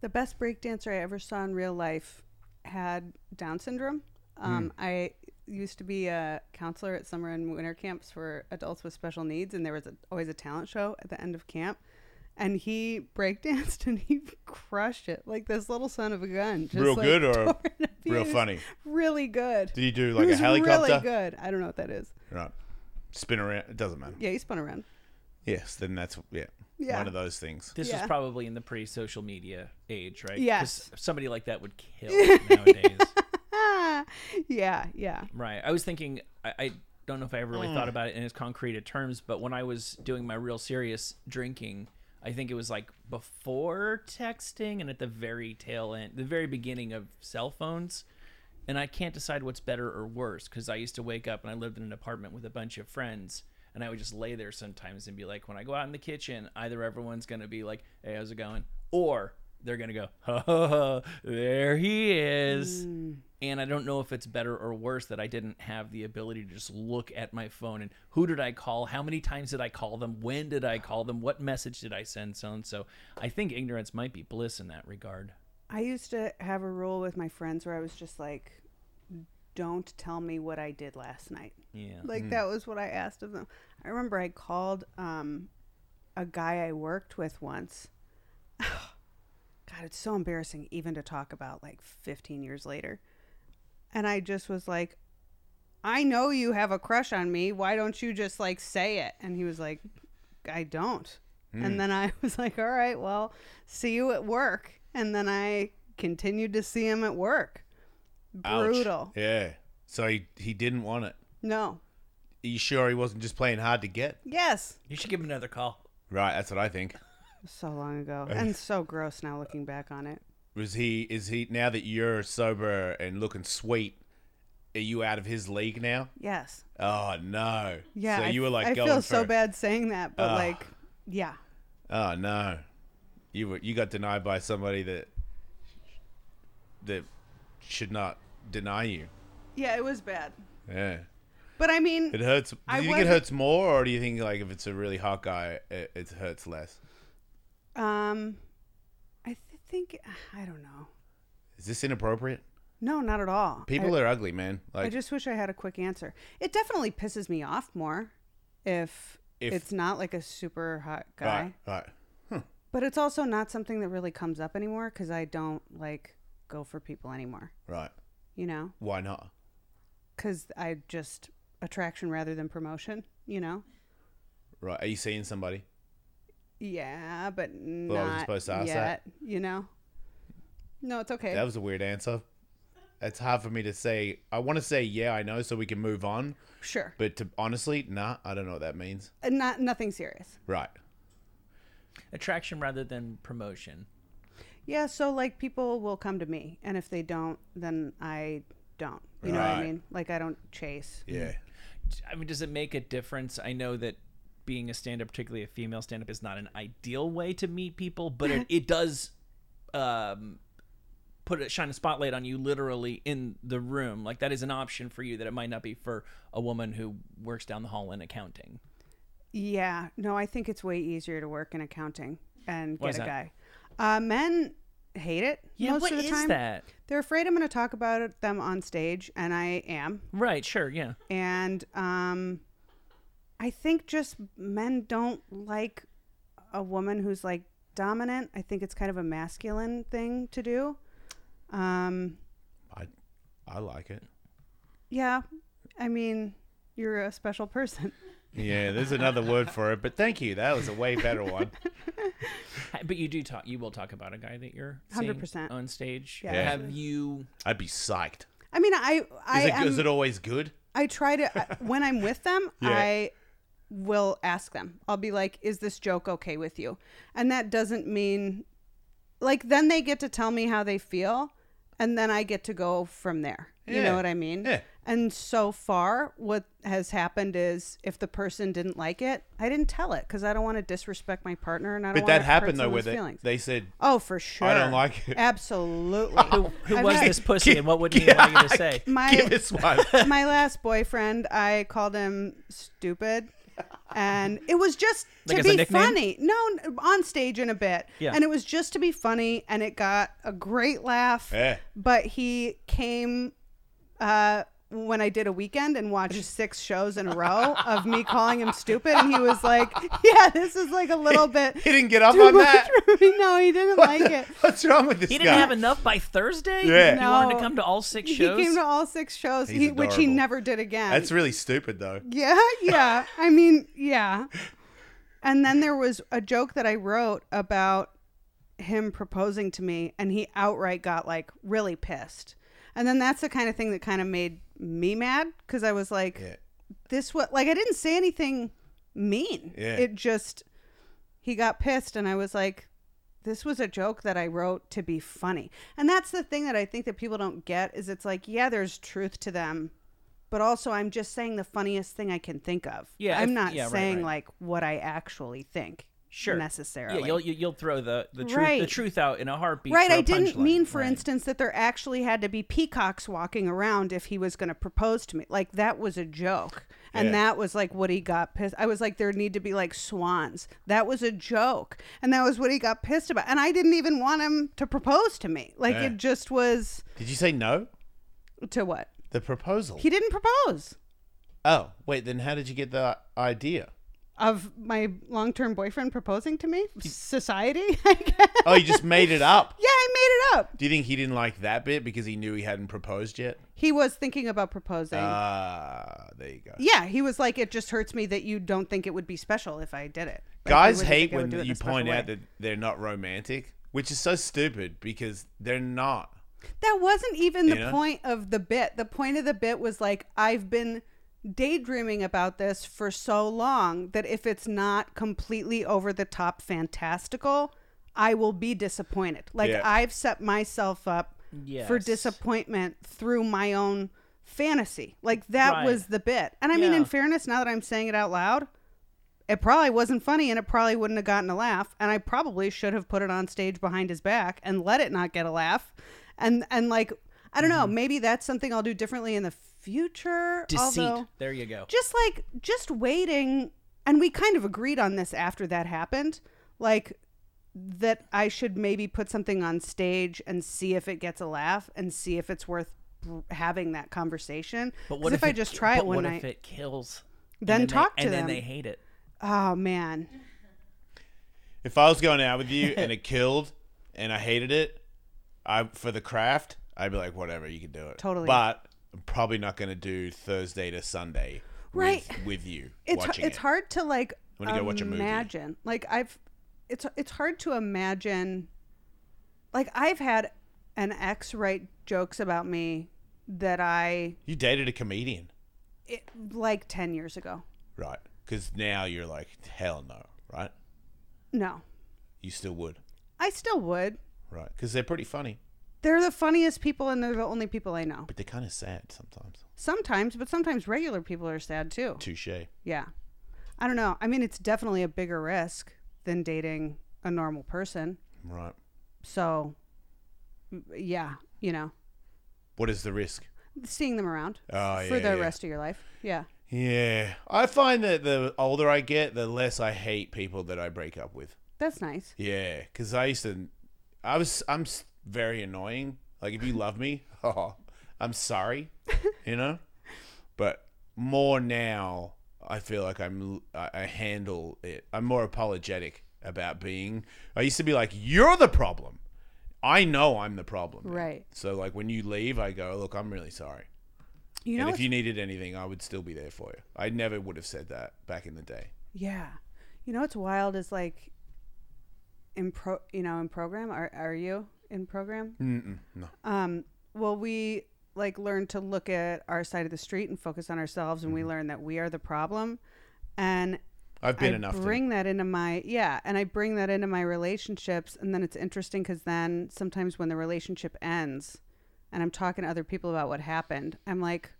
Speaker 2: The best breakdancer I ever saw in real life had Down syndrome.
Speaker 1: Hmm.
Speaker 2: Um, I used to be a counselor at summer and winter camps for adults with special needs, and there was a, always a talent show at the end of camp. And he breakdanced and he crushed it like this little son of a gun. Just
Speaker 1: Real
Speaker 2: like,
Speaker 1: good or
Speaker 2: tore it up. Yeah,
Speaker 1: real
Speaker 2: it was
Speaker 1: funny?
Speaker 2: Really good.
Speaker 1: Did you do
Speaker 2: He
Speaker 1: like a
Speaker 2: was
Speaker 1: helicopter?
Speaker 2: Really good. I don't know what that is.
Speaker 1: Right. Spin around. It doesn't matter.
Speaker 2: Yeah, he spun around.
Speaker 1: Yes. Then that's yeah.
Speaker 2: Yeah.
Speaker 1: One of those things.
Speaker 4: This
Speaker 2: Yeah.
Speaker 4: was probably in the pre-social media age, right? 'Cause
Speaker 2: Yes.
Speaker 4: Somebody like that would kill nowadays,
Speaker 2: Ah, yeah, yeah.
Speaker 4: right? I was thinking, I, I don't know if I ever really thought about it in its concrete terms, but when I was doing my real serious drinking, I think it was like before texting and at the very tail end, the very beginning of cell phones. and I can't decide what's better or worse because I used to wake up and I lived in an apartment with a bunch of friends. And I would just lay there sometimes and be like, when I go out in the kitchen, either everyone's going to be like, hey, how's it going? Or they're going to go, ha ha ha, there he is.
Speaker 5: And I don't know if it's better or worse that I didn't have the ability to just look at my phone and who did I call? How many times did I call them? When did I call them? What message did I send? So and so. I think ignorance might be bliss in that regard.
Speaker 2: I used to have a rule with my friends where I was just like, don't tell me what I did last night.
Speaker 5: Yeah.
Speaker 2: Like that was what I asked of them. I remember I called um, a guy I worked with once. God, it's so embarrassing even to talk about like 15 years later. And I just was like, I know you have a crush on me. Why don't you just like say it? And he was like, I don't. And then I was like, all right, well, see you at work. And then I continued to see him at work.
Speaker 1: Ouch.
Speaker 2: Brutal.
Speaker 1: Yeah. So he, he didn't want it.
Speaker 2: No.
Speaker 1: Are you sure he wasn't just playing hard to get?
Speaker 2: Yes.
Speaker 5: You should give him another call.
Speaker 1: Right, that's what I think.
Speaker 2: so long ago and so gross now looking back on it
Speaker 1: Was he is he now that you're sober and looking sweet, are you out of his league now?
Speaker 2: yes
Speaker 1: Oh no.
Speaker 2: yeah
Speaker 1: So
Speaker 2: I-
Speaker 1: you were like
Speaker 2: i
Speaker 1: going
Speaker 2: feel so
Speaker 1: for-
Speaker 2: bad saying that but like yeah
Speaker 1: Oh no. You were you got denied by somebody that that should not deny you.
Speaker 2: yeah it was bad
Speaker 1: Yeah.
Speaker 2: but i mean
Speaker 1: It hurts. Do you
Speaker 2: I
Speaker 1: think it
Speaker 2: wasn't-
Speaker 1: hurts more, or do you think like if it's a really hot guy, it, it hurts less?
Speaker 2: um i th- think i don't know
Speaker 1: Is this inappropriate?
Speaker 2: no not at all
Speaker 1: People
Speaker 2: I,
Speaker 1: are ugly, man.
Speaker 2: I
Speaker 1: Like
Speaker 2: just wish i had a quick answer it definitely pisses me off more if,
Speaker 1: If-
Speaker 2: it's not like a super hot guy
Speaker 1: right, right.
Speaker 2: but it's also not something that really comes up anymore because i don't like go for people anymore
Speaker 1: Right.
Speaker 2: you know
Speaker 1: Why not?
Speaker 2: because I just attraction rather than promotion, you know?
Speaker 1: Right. Are you seeing somebody?
Speaker 2: Yeah, but not
Speaker 1: Well, I wasn't supposed to ask
Speaker 2: yet,
Speaker 1: that.
Speaker 2: you know? No, it's okay.
Speaker 1: That was a weird answer. It's hard for me to say. I want to say yeah, I know, so we can move on.
Speaker 2: sure.
Speaker 1: But to honestly, nah, I don't know what that means.
Speaker 2: Uh, not nothing serious.
Speaker 1: Right.
Speaker 5: Attraction rather than promotion.
Speaker 2: Yeah, so like people will come to me, and if they don't, then I don't. You know what I
Speaker 1: Right.
Speaker 2: mean? Like I don't chase.
Speaker 1: Yeah.
Speaker 5: I mean, does it make a difference? I know that being a stand up, particularly a female stand up, is not an ideal way to meet people, but it, it does um, put a shine a spotlight on you literally in the room. Like that is an option for you that it might not be for a woman who works down the hall in accounting.
Speaker 2: Yeah, no, I think it's way easier to work in accounting and
Speaker 5: Why
Speaker 2: get
Speaker 5: is
Speaker 2: a
Speaker 5: that?
Speaker 2: guy. Uh, men hate it
Speaker 5: Yeah,
Speaker 2: most
Speaker 5: what
Speaker 2: of the
Speaker 5: is
Speaker 2: time.
Speaker 5: that?
Speaker 2: They're afraid I'm going to talk about it- them on stage, and I am.
Speaker 5: Right, sure, yeah.
Speaker 2: and um i think just men don't like a woman who's like dominant i think it's kind of a masculine thing to do um
Speaker 1: I, I like it.
Speaker 2: yeah i mean you're a special person
Speaker 1: Yeah. There's another word for it, but thank you. That was a way better one.
Speaker 5: But you do talk. You will talk about a guy that you're seeing
Speaker 2: 100%.
Speaker 5: on stage.
Speaker 2: Yeah,
Speaker 5: Have you?
Speaker 1: I'd be psyched.
Speaker 2: i mean i i
Speaker 1: Is it,
Speaker 2: am,
Speaker 1: is it always good?
Speaker 2: i try to I- when i'm with them
Speaker 1: Yeah.
Speaker 2: i will ask them i'll be like is this joke okay with you and that doesn't mean like then they get to tell me how they feel and then i get to go from there you
Speaker 1: Yeah.
Speaker 2: know what i mean
Speaker 1: Yeah.
Speaker 2: and so far what has happened is if the person didn't like it i didn't tell it because i don't want to disrespect my partner and i don't
Speaker 1: But
Speaker 2: want
Speaker 1: that
Speaker 2: to hurt
Speaker 1: happened though
Speaker 2: someone's
Speaker 1: with it.
Speaker 2: feelings.
Speaker 1: They said
Speaker 2: oh for sure
Speaker 1: like it.
Speaker 2: absolutely who,
Speaker 5: Who was this pussy, and what would he want you to say?
Speaker 2: my
Speaker 1: give us one.
Speaker 2: my last boyfriend, I called him stupid. And it was just
Speaker 5: Like
Speaker 2: to
Speaker 5: as a
Speaker 2: be
Speaker 5: nickname?
Speaker 2: funny. No, n- on stage in a bit.
Speaker 5: Yeah.
Speaker 2: And it was just to be funny. And it got a great laugh.
Speaker 1: Yeah.
Speaker 2: But he came uh, when I did a weekend and watched six shows in a row of me calling him stupid. And he was like, yeah, this is like a little bit.
Speaker 1: He didn't get up
Speaker 2: too
Speaker 1: on
Speaker 2: much
Speaker 1: that.
Speaker 2: for me." No, he didn't like it.
Speaker 1: What's wrong with this
Speaker 5: He didn't
Speaker 1: guy?
Speaker 5: have enough by Thursday.
Speaker 1: Yeah.
Speaker 5: He wanted
Speaker 2: No.
Speaker 5: to come to all six
Speaker 2: He
Speaker 5: shows.
Speaker 2: came to all six shows,
Speaker 1: He's
Speaker 2: he, which he
Speaker 1: adorable.
Speaker 2: never did again.
Speaker 1: That's really stupid though.
Speaker 2: Yeah, yeah. I mean, yeah. And then there was a joke that I wrote about him proposing to me, and he outright got like really pissed. And then that's the kind of thing that kind of made me mad because I was like,
Speaker 1: Yeah.
Speaker 2: this was like, I didn't say anything mean.
Speaker 1: Yeah.
Speaker 2: It just, he got pissed, and I was like, this was a joke that I wrote to be funny. And that's the thing that I think that people don't get is it's like, yeah, there's truth to them, but also I'm just saying the funniest thing I can think of.
Speaker 5: Yeah,
Speaker 2: I'm
Speaker 5: if-
Speaker 2: not
Speaker 5: yeah, right,
Speaker 2: saying
Speaker 5: right.
Speaker 2: like what I actually think.
Speaker 4: Sure.
Speaker 2: necessarily.
Speaker 4: Yeah, you'll you- you'll throw the the truth the
Speaker 2: Right.
Speaker 4: truth out in a heartbeat.
Speaker 2: Right,
Speaker 4: for a
Speaker 2: I didn't
Speaker 4: punchline.
Speaker 2: mean, for
Speaker 4: Right.
Speaker 2: instance, that there actually had to be peacocks walking around if he was going to propose to me. Like that was a joke, and
Speaker 1: Yeah.
Speaker 2: that was like what he got pissed. I was like, there need to be like swans. That was a joke, and that was what he got pissed about. And I didn't even want him to propose to me. Like
Speaker 1: Yeah.
Speaker 4: Eh.
Speaker 2: it just was
Speaker 1: Did you say no?
Speaker 2: to what
Speaker 1: The proposal.
Speaker 2: he didn't propose
Speaker 1: oh, wait. Then how did you get the idea?
Speaker 2: of my long-term boyfriend proposing to me. Society, I guess.
Speaker 1: Oh, you just made it up.
Speaker 2: Yeah, I made it up.
Speaker 1: Do you think he didn't like that bit because he knew he hadn't proposed yet?
Speaker 2: He was thinking about proposing.
Speaker 1: Ah, there you go.
Speaker 2: Yeah, he was like, it just hurts me that you don't think it would be special if I did it. Like,
Speaker 1: Guys
Speaker 2: you wouldn't
Speaker 1: hate
Speaker 2: think I would
Speaker 1: when
Speaker 2: do it in a
Speaker 1: you
Speaker 2: special
Speaker 1: point
Speaker 2: way.
Speaker 1: out that they're not romantic, which is so stupid because they're not.
Speaker 2: that wasn't even the
Speaker 1: You know?
Speaker 2: point of the bit. The point of the bit was like, I've been daydreaming about this for so long that if it's not completely over the top fantastical, I will be disappointed. Like
Speaker 1: Yeah.
Speaker 2: I've set myself up for
Speaker 4: Yes.
Speaker 2: disappointment through my own fantasy. Like that
Speaker 4: Right.
Speaker 2: was the bit. And I mean,
Speaker 4: Yeah.
Speaker 2: in fairness, now that I'm saying it out loud, it probably wasn't funny and it probably wouldn't have gotten a laugh and i probably should have put it on stage behind his back and let it not get a laugh and and like i don't know
Speaker 4: Mm-hmm.
Speaker 2: maybe that's something i'll do differently in the future
Speaker 4: deceit.
Speaker 2: although
Speaker 4: there you go.
Speaker 2: just like just waiting and we kind of agreed on this after that happened like that i should maybe put something on stage and see if it gets a laugh and see if it's worth having that conversation
Speaker 4: But
Speaker 2: 'Cause
Speaker 4: what
Speaker 2: if, i
Speaker 4: it
Speaker 2: just
Speaker 4: ki-
Speaker 2: try it
Speaker 4: but
Speaker 2: one
Speaker 4: what
Speaker 2: night
Speaker 4: if it kills? And
Speaker 2: Then
Speaker 4: they-
Speaker 2: talk to
Speaker 4: and
Speaker 2: them.
Speaker 4: then they hate it.
Speaker 2: oh man
Speaker 1: If I was going out with you and it killed and I hated it, I for the craft, I'd be like, whatever, you can do it.
Speaker 2: Totally.
Speaker 1: But I'm probably not going to do Thursday to Sunday
Speaker 2: Right.
Speaker 1: with, with you
Speaker 2: it's
Speaker 1: watching
Speaker 2: it's
Speaker 1: it.
Speaker 2: hard to like
Speaker 1: When you go watch a movie.
Speaker 2: imagine like i've it's it's hard to imagine like i've had an ex write jokes about me that i
Speaker 1: You dated a comedian,
Speaker 2: it, like 10 years ago
Speaker 1: right? Because now you're like, hell no, right?
Speaker 2: no
Speaker 1: You still would,
Speaker 2: i still would
Speaker 1: right? Because they're pretty funny,
Speaker 2: they're the funniest people and they're the only people i know
Speaker 1: but they're kind of sad sometimes.
Speaker 2: sometimes but sometimes regular people are sad too
Speaker 1: Touche.
Speaker 2: yeah i don't know i mean it's definitely a bigger risk than dating a normal person
Speaker 1: Right.
Speaker 2: so yeah you know
Speaker 1: What is the risk?
Speaker 2: seeing them around
Speaker 1: Oh,
Speaker 2: for
Speaker 1: yeah,
Speaker 2: the
Speaker 1: yeah.
Speaker 2: rest of your life. Yeah.
Speaker 1: Yeah. I find that the older I get, the less I hate people that I break up with.
Speaker 2: That's nice.
Speaker 1: Yeah, because I used to, I was, I'm s- very annoying. Like if you love me, oh, I'm sorry, you know. But more now, I feel like I'm, I I handle it. I'm more apologetic about being. I used to be like, you're the problem. I know I'm the problem. man."
Speaker 2: Right.
Speaker 1: So like when you leave, I go, look, I'm really sorry.
Speaker 2: You know
Speaker 1: and if
Speaker 2: what's-
Speaker 1: you needed anything, I would still be there for you. I never would have said that back in the day.
Speaker 2: Yeah. You know what's wild is like in pro you know, in program are are you in program?
Speaker 1: Mm-mm, no.
Speaker 2: Um well we like learned to look at our side of the street and focus on ourselves and we
Speaker 1: Mm-hmm.
Speaker 2: learn that we are the problem and
Speaker 1: I've been
Speaker 2: I
Speaker 1: enough. to-
Speaker 2: bring that into my yeah, and I bring that into my relationships, and then it's interesting because then sometimes when the relationship ends, and I'm talking to other people about what happened, I'm like,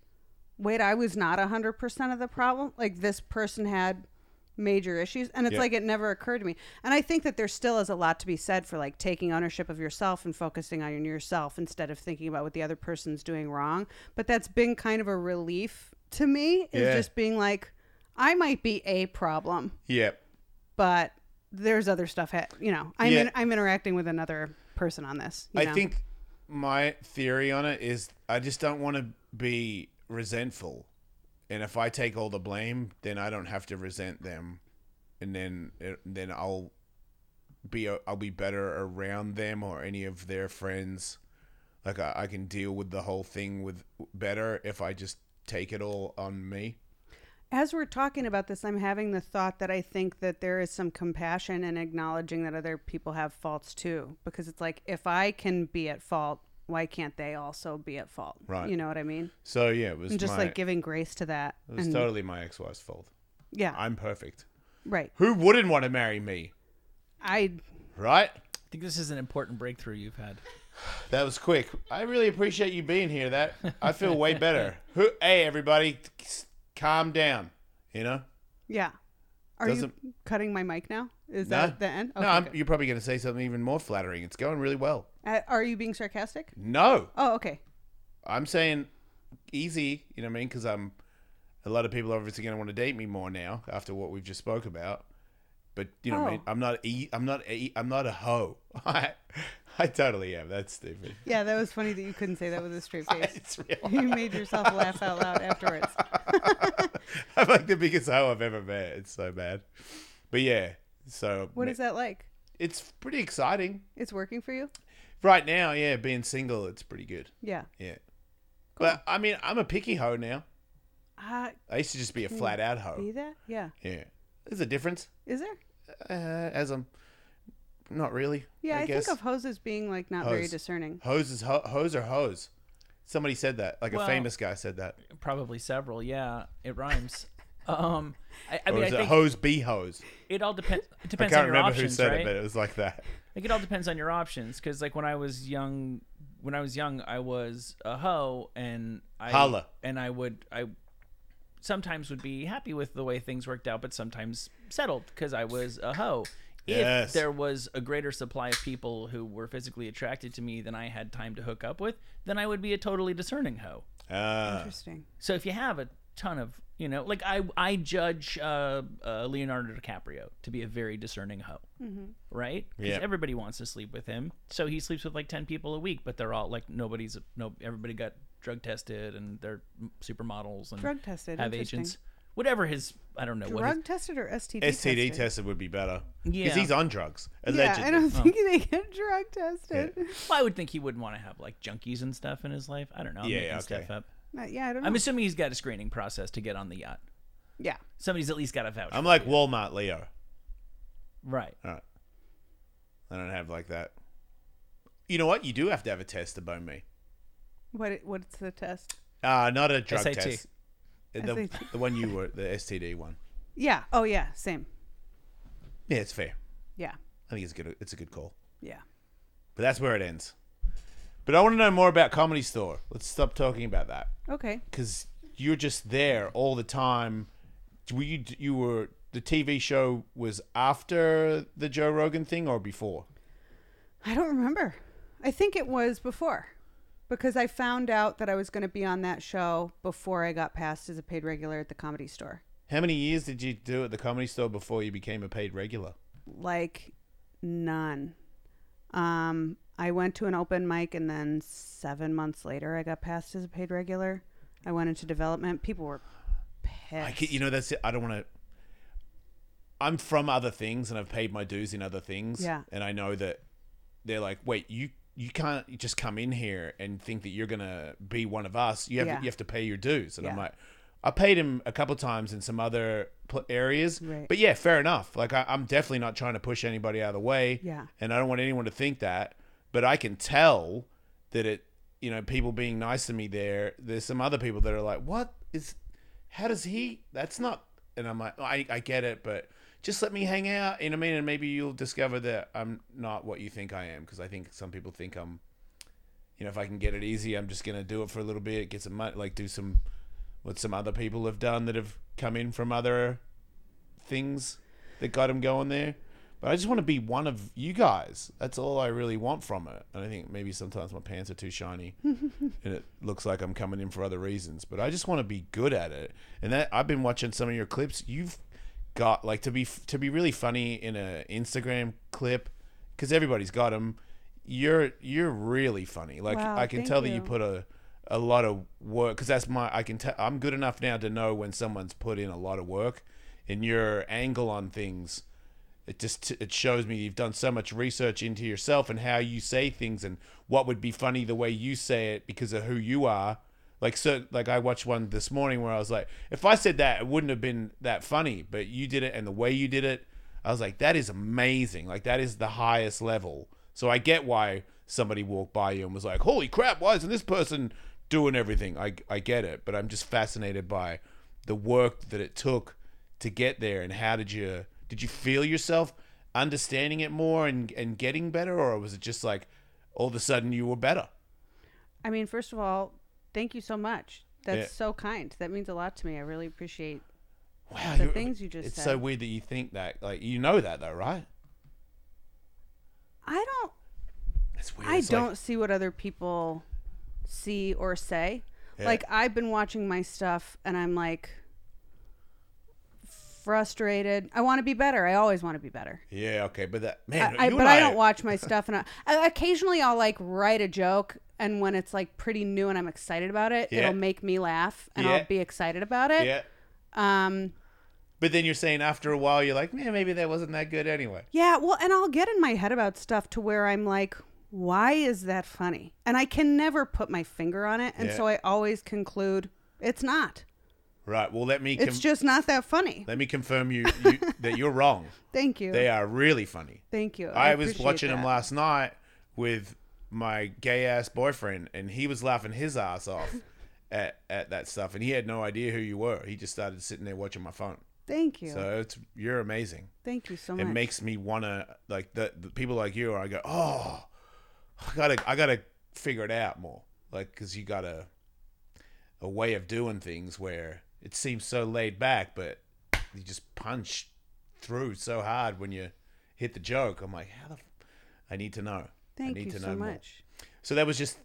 Speaker 2: wait, I was not hundred percent of the problem. Like this person had major issues, and it's
Speaker 1: Yeah.
Speaker 2: like it never occurred to me. And I think that there still is a lot to be said for like taking ownership of yourself and focusing on yourself instead of thinking about what the other person's doing wrong. But that's been kind of a relief to me is
Speaker 1: Yeah.
Speaker 2: just being like. I might be a problem
Speaker 1: Yep.
Speaker 2: but there's other stuff. Ha- you know, I'm
Speaker 1: Yeah.
Speaker 2: in, I'm interacting with another person on this. you
Speaker 1: I
Speaker 2: know?
Speaker 1: think my theory on it is I just don't want to be resentful. And if I take all the blame, then I don't have to resent them. And then uh, then I'll be uh, I'll be better around them or any of their friends. Like I, I can deal with the whole thing with better if I just take it all on me.
Speaker 2: as we're talking about this, I'm having the thought that I think that there is some compassion in acknowledging that other people have faults too, because it's like if I can be at fault, why can't they also be at fault?
Speaker 1: Right.
Speaker 2: You know what I mean?
Speaker 1: So yeah, it was
Speaker 2: And just
Speaker 1: my-
Speaker 2: like giving grace to that.
Speaker 1: it was
Speaker 2: and-
Speaker 1: totally my ex-wife's fault.
Speaker 2: yeah,
Speaker 1: I'm perfect.
Speaker 2: right.
Speaker 1: Who wouldn't want to marry me,
Speaker 2: I
Speaker 1: right?
Speaker 4: I think this is an important breakthrough you've had.
Speaker 1: That was quick. I really appreciate you being here. That I feel way better. Who? Hey, everybody, c- calm down. You know,
Speaker 2: yeah. Are you
Speaker 1: Doesn't-
Speaker 2: cutting my mic now? Is
Speaker 1: No.
Speaker 2: that the end?
Speaker 1: no, I'm,
Speaker 2: good.
Speaker 1: you're probably going to say something even more flattering. It's going really well.
Speaker 2: Uh, are you being sarcastic?
Speaker 1: No,
Speaker 2: Oh, okay.
Speaker 1: I'm saying easy. You know what I mean? Because I'm a lot of people are obviously going to want to date me more now after what we've just spoke about. But you know, what I mean?
Speaker 2: Oh.
Speaker 1: I'm not. E- I'm not. E- I'm not a hoe. I, I totally am. That's stupid.
Speaker 2: Yeah, that was funny that you couldn't say that with a straight face.
Speaker 1: It's real.
Speaker 2: you made yourself laugh out loud afterwards.
Speaker 1: I'm like the biggest hoe I've ever met. It's so bad. But yeah, so
Speaker 2: What is that like?
Speaker 1: It's pretty exciting
Speaker 2: It's working for you?
Speaker 1: right now. Yeah, being single, it's pretty good.
Speaker 2: Yeah.
Speaker 1: Yeah, but I mean, I'm a picky hoe now.
Speaker 2: Uh,
Speaker 1: I used to just be a flat out
Speaker 2: be
Speaker 1: hoe.
Speaker 2: that? Yeah.
Speaker 1: Yeah, there's a difference.
Speaker 2: Is there?
Speaker 1: Uh, as I'm not really.
Speaker 2: Yeah, I,
Speaker 1: guess.
Speaker 2: think of hoes as being like not very
Speaker 1: Hoes.
Speaker 2: discerning.
Speaker 1: hoes is ho- hoes or hoes. Somebody said that. Like
Speaker 5: Well-
Speaker 1: a famous guy said that.
Speaker 5: Probably several. Yeah, it rhymes. um, I, I
Speaker 1: or
Speaker 5: mean, I
Speaker 1: is it
Speaker 5: think
Speaker 1: hoes be hoes?
Speaker 5: it all depends. It
Speaker 1: I
Speaker 5: depends
Speaker 1: can't
Speaker 5: on your
Speaker 1: remember
Speaker 5: options,
Speaker 1: who said
Speaker 5: right?
Speaker 1: it, but it was like that.
Speaker 5: Like it all depends on your options, because like when I was young, when I was young, I was a hoe, and I
Speaker 1: Holla.
Speaker 5: and I would I sometimes would be happy with the way things worked out, but sometimes settled because I was a hoe.
Speaker 1: Yes.
Speaker 5: If there was a greater supply of people who were physically attracted to me than I had time to hook up with, then I would be a totally discerning hoe.
Speaker 1: Ah,
Speaker 2: Interesting.
Speaker 5: So if you have a ton of, you know, like I I judge uh, uh, Leonardo DiCaprio to be a very discerning hoe,
Speaker 2: Mm-hmm.
Speaker 5: right? Because
Speaker 1: Yeah.
Speaker 5: everybody wants to sleep with him, so he sleeps with like ten people a week, but they're all like nobody's no everybody got drug tested and they're supermodels and
Speaker 2: Drug tested,
Speaker 5: have
Speaker 2: interesting.
Speaker 5: agents, whatever his I don't know what
Speaker 2: Drug
Speaker 5: his,
Speaker 2: tested or
Speaker 1: STD
Speaker 2: STD? tested?
Speaker 1: tested would be better.
Speaker 5: Yeah.
Speaker 1: Because he's on drugs.
Speaker 2: Yeah,
Speaker 1: Allegedly.
Speaker 2: I don't
Speaker 5: Oh.
Speaker 2: think they get drug tested. Yeah,
Speaker 5: well, I would think he wouldn't want to have like junkies and stuff in his life. I don't know. I'm
Speaker 1: Yeah,
Speaker 5: making
Speaker 1: yeah,
Speaker 5: stuff
Speaker 1: okay.
Speaker 5: up.
Speaker 2: Uh, yeah I don't know.
Speaker 5: I'm assuming he's got a screening process to get on the yacht.
Speaker 2: yeah.
Speaker 5: Somebody's at least got a vouch.
Speaker 1: I'm like Walmart Leo.
Speaker 5: right.
Speaker 1: I don't have like that. You know what? You do have to have a test to bone me.
Speaker 2: What what's the test?
Speaker 1: Uh, not a drug
Speaker 5: SAT.
Speaker 1: test. Uh, The,
Speaker 2: SAT.
Speaker 1: the one you were, the STD one.
Speaker 2: Yeah. Oh yeah, same.
Speaker 1: Yeah, it's fair.
Speaker 2: Yeah.
Speaker 1: I think it's good. It's a good call.
Speaker 2: Yeah.
Speaker 1: But that's where it ends. But I want to know more about Comedy Store. Let's stop talking about that
Speaker 2: Okay.
Speaker 1: because you're just there all the time. Were you? You were. The TV show was after the Joe Rogan thing or before?
Speaker 2: I don't remember. I think it was before because I found out that I was going to be on that show before I got passed as a paid regular at the comedy store.
Speaker 1: How many years did you do at the Comedy Store before you became a paid regular?
Speaker 2: Like none. Um I went to an open mic and then 7 months later I got passed as a paid regular. I went into development. People were pissed.
Speaker 1: I can, you know that's it. I don't want to. I'm from other things, and I've paid my dues in other things.
Speaker 2: Yeah.
Speaker 1: and I know that they're like, wait, you you can't just come in here and think that you're gonna be one of us. You have
Speaker 2: Yeah.
Speaker 1: you have to pay your dues, and I'm
Speaker 2: Yeah.
Speaker 1: like, I paid him a couple times in some other pl- areas,
Speaker 2: Right.
Speaker 1: but yeah, fair enough. Like I, I'm definitely not trying to push anybody out of the way.
Speaker 2: Yeah.
Speaker 1: and I don't want anyone to think that, but I can tell that it. You know, people being nice to me there. There's some other people that are like, "What is how does he that's not and i'm like I, I get it but just let me hang out you know what i mean and maybe you'll discover that i'm not what you think i am because i think some people think i'm you know if i can get it easy i'm just gonna do it for a little bit get some money like do some what some other people have done that have come in from other things that got them going there but i just want to be one of you guys that's all i really want from it and i think maybe sometimes my pants are too shiny and it looks like I'm coming in for other reasons. But I just want to be good at it, and that I've been watching some of your clips. You've got like to be to be really funny in a Instagram clip because everybody's got them. You're you're really funny. Like
Speaker 2: Wow,
Speaker 1: I can
Speaker 2: thank
Speaker 1: tell that you
Speaker 2: you.
Speaker 1: put a a lot of work because that's my I can tell I'm good enough now to know when someone's put in a lot of work, and your angle on things it just it shows me you've done so much research into yourself and how you say things and what would be funny the way you say it because of who you are like so like i watched one this morning where i was like if i said that it wouldn't have been that funny but you did it and the way you did it i was like that is amazing like that is the highest level so i get why somebody walked by you and was like holy crap why isn't this person doing everything i i get it but i'm just fascinated by the work that it took to get there and how did you did you feel yourself understanding it more and and getting better or was it just like all of a sudden you were better
Speaker 2: I mean, first of all, thank you so much. That's
Speaker 1: Yeah.
Speaker 2: so kind. That means a lot to me. I really appreciate
Speaker 1: Wow,
Speaker 2: the
Speaker 1: you-
Speaker 2: things you just
Speaker 1: It's
Speaker 2: said.
Speaker 1: so weird that you think that. Like you know that though, right?
Speaker 2: I don't
Speaker 1: It's weird.
Speaker 2: I
Speaker 1: It's like-
Speaker 2: don't see what other people see or say.
Speaker 1: Yeah.
Speaker 2: Like I've been watching my stuff and I'm like frustrated. I want to be better. I always want to be better.
Speaker 1: yeah. Okay. But that man.
Speaker 2: I, I,
Speaker 1: you
Speaker 2: but
Speaker 1: and
Speaker 2: I don't watch my stuff, and I, I- occasionally I'll like write a joke, and when it's like pretty new and I'm excited about it,
Speaker 1: Yeah.
Speaker 2: it'll make me laugh, and
Speaker 1: Yeah.
Speaker 2: I'll be excited about it.
Speaker 1: Yeah.
Speaker 2: Um,
Speaker 1: But then you're saying after a while you're like, man, maybe that wasn't that good anyway.
Speaker 2: yeah, well, and I'll get in my head about stuff to where I'm like, why is that funny? And I can never put my finger on it, and
Speaker 1: Yeah.
Speaker 2: so I always conclude it's not.
Speaker 1: Right. Well, let me
Speaker 2: It's
Speaker 1: con-
Speaker 2: just not that funny.
Speaker 1: let me confirm you, you that you're wrong.
Speaker 2: Thank you.
Speaker 1: They are really funny.
Speaker 2: Thank you.
Speaker 1: I, was
Speaker 2: appreciate
Speaker 1: watching
Speaker 2: that.
Speaker 1: him last night with my gay ass boyfriend, and he was laughing his ass off at, at that stuff, and he had no idea who you were. He just started sitting there watching my phone.
Speaker 2: Thank you.
Speaker 1: So it's you're amazing.
Speaker 2: Thank you so
Speaker 1: It
Speaker 2: much.
Speaker 1: makes me wanna like the, the people like you. Are, I go, oh, I gotta I gotta figure it out more, like because you got a a way of doing things where it seems so laid back, but you just punch through so hard when you hit the joke. I'm like, how the f- I need to know. I
Speaker 2: Thank
Speaker 1: need
Speaker 2: you
Speaker 1: to
Speaker 2: so
Speaker 1: know more.
Speaker 2: much.
Speaker 1: So that was just.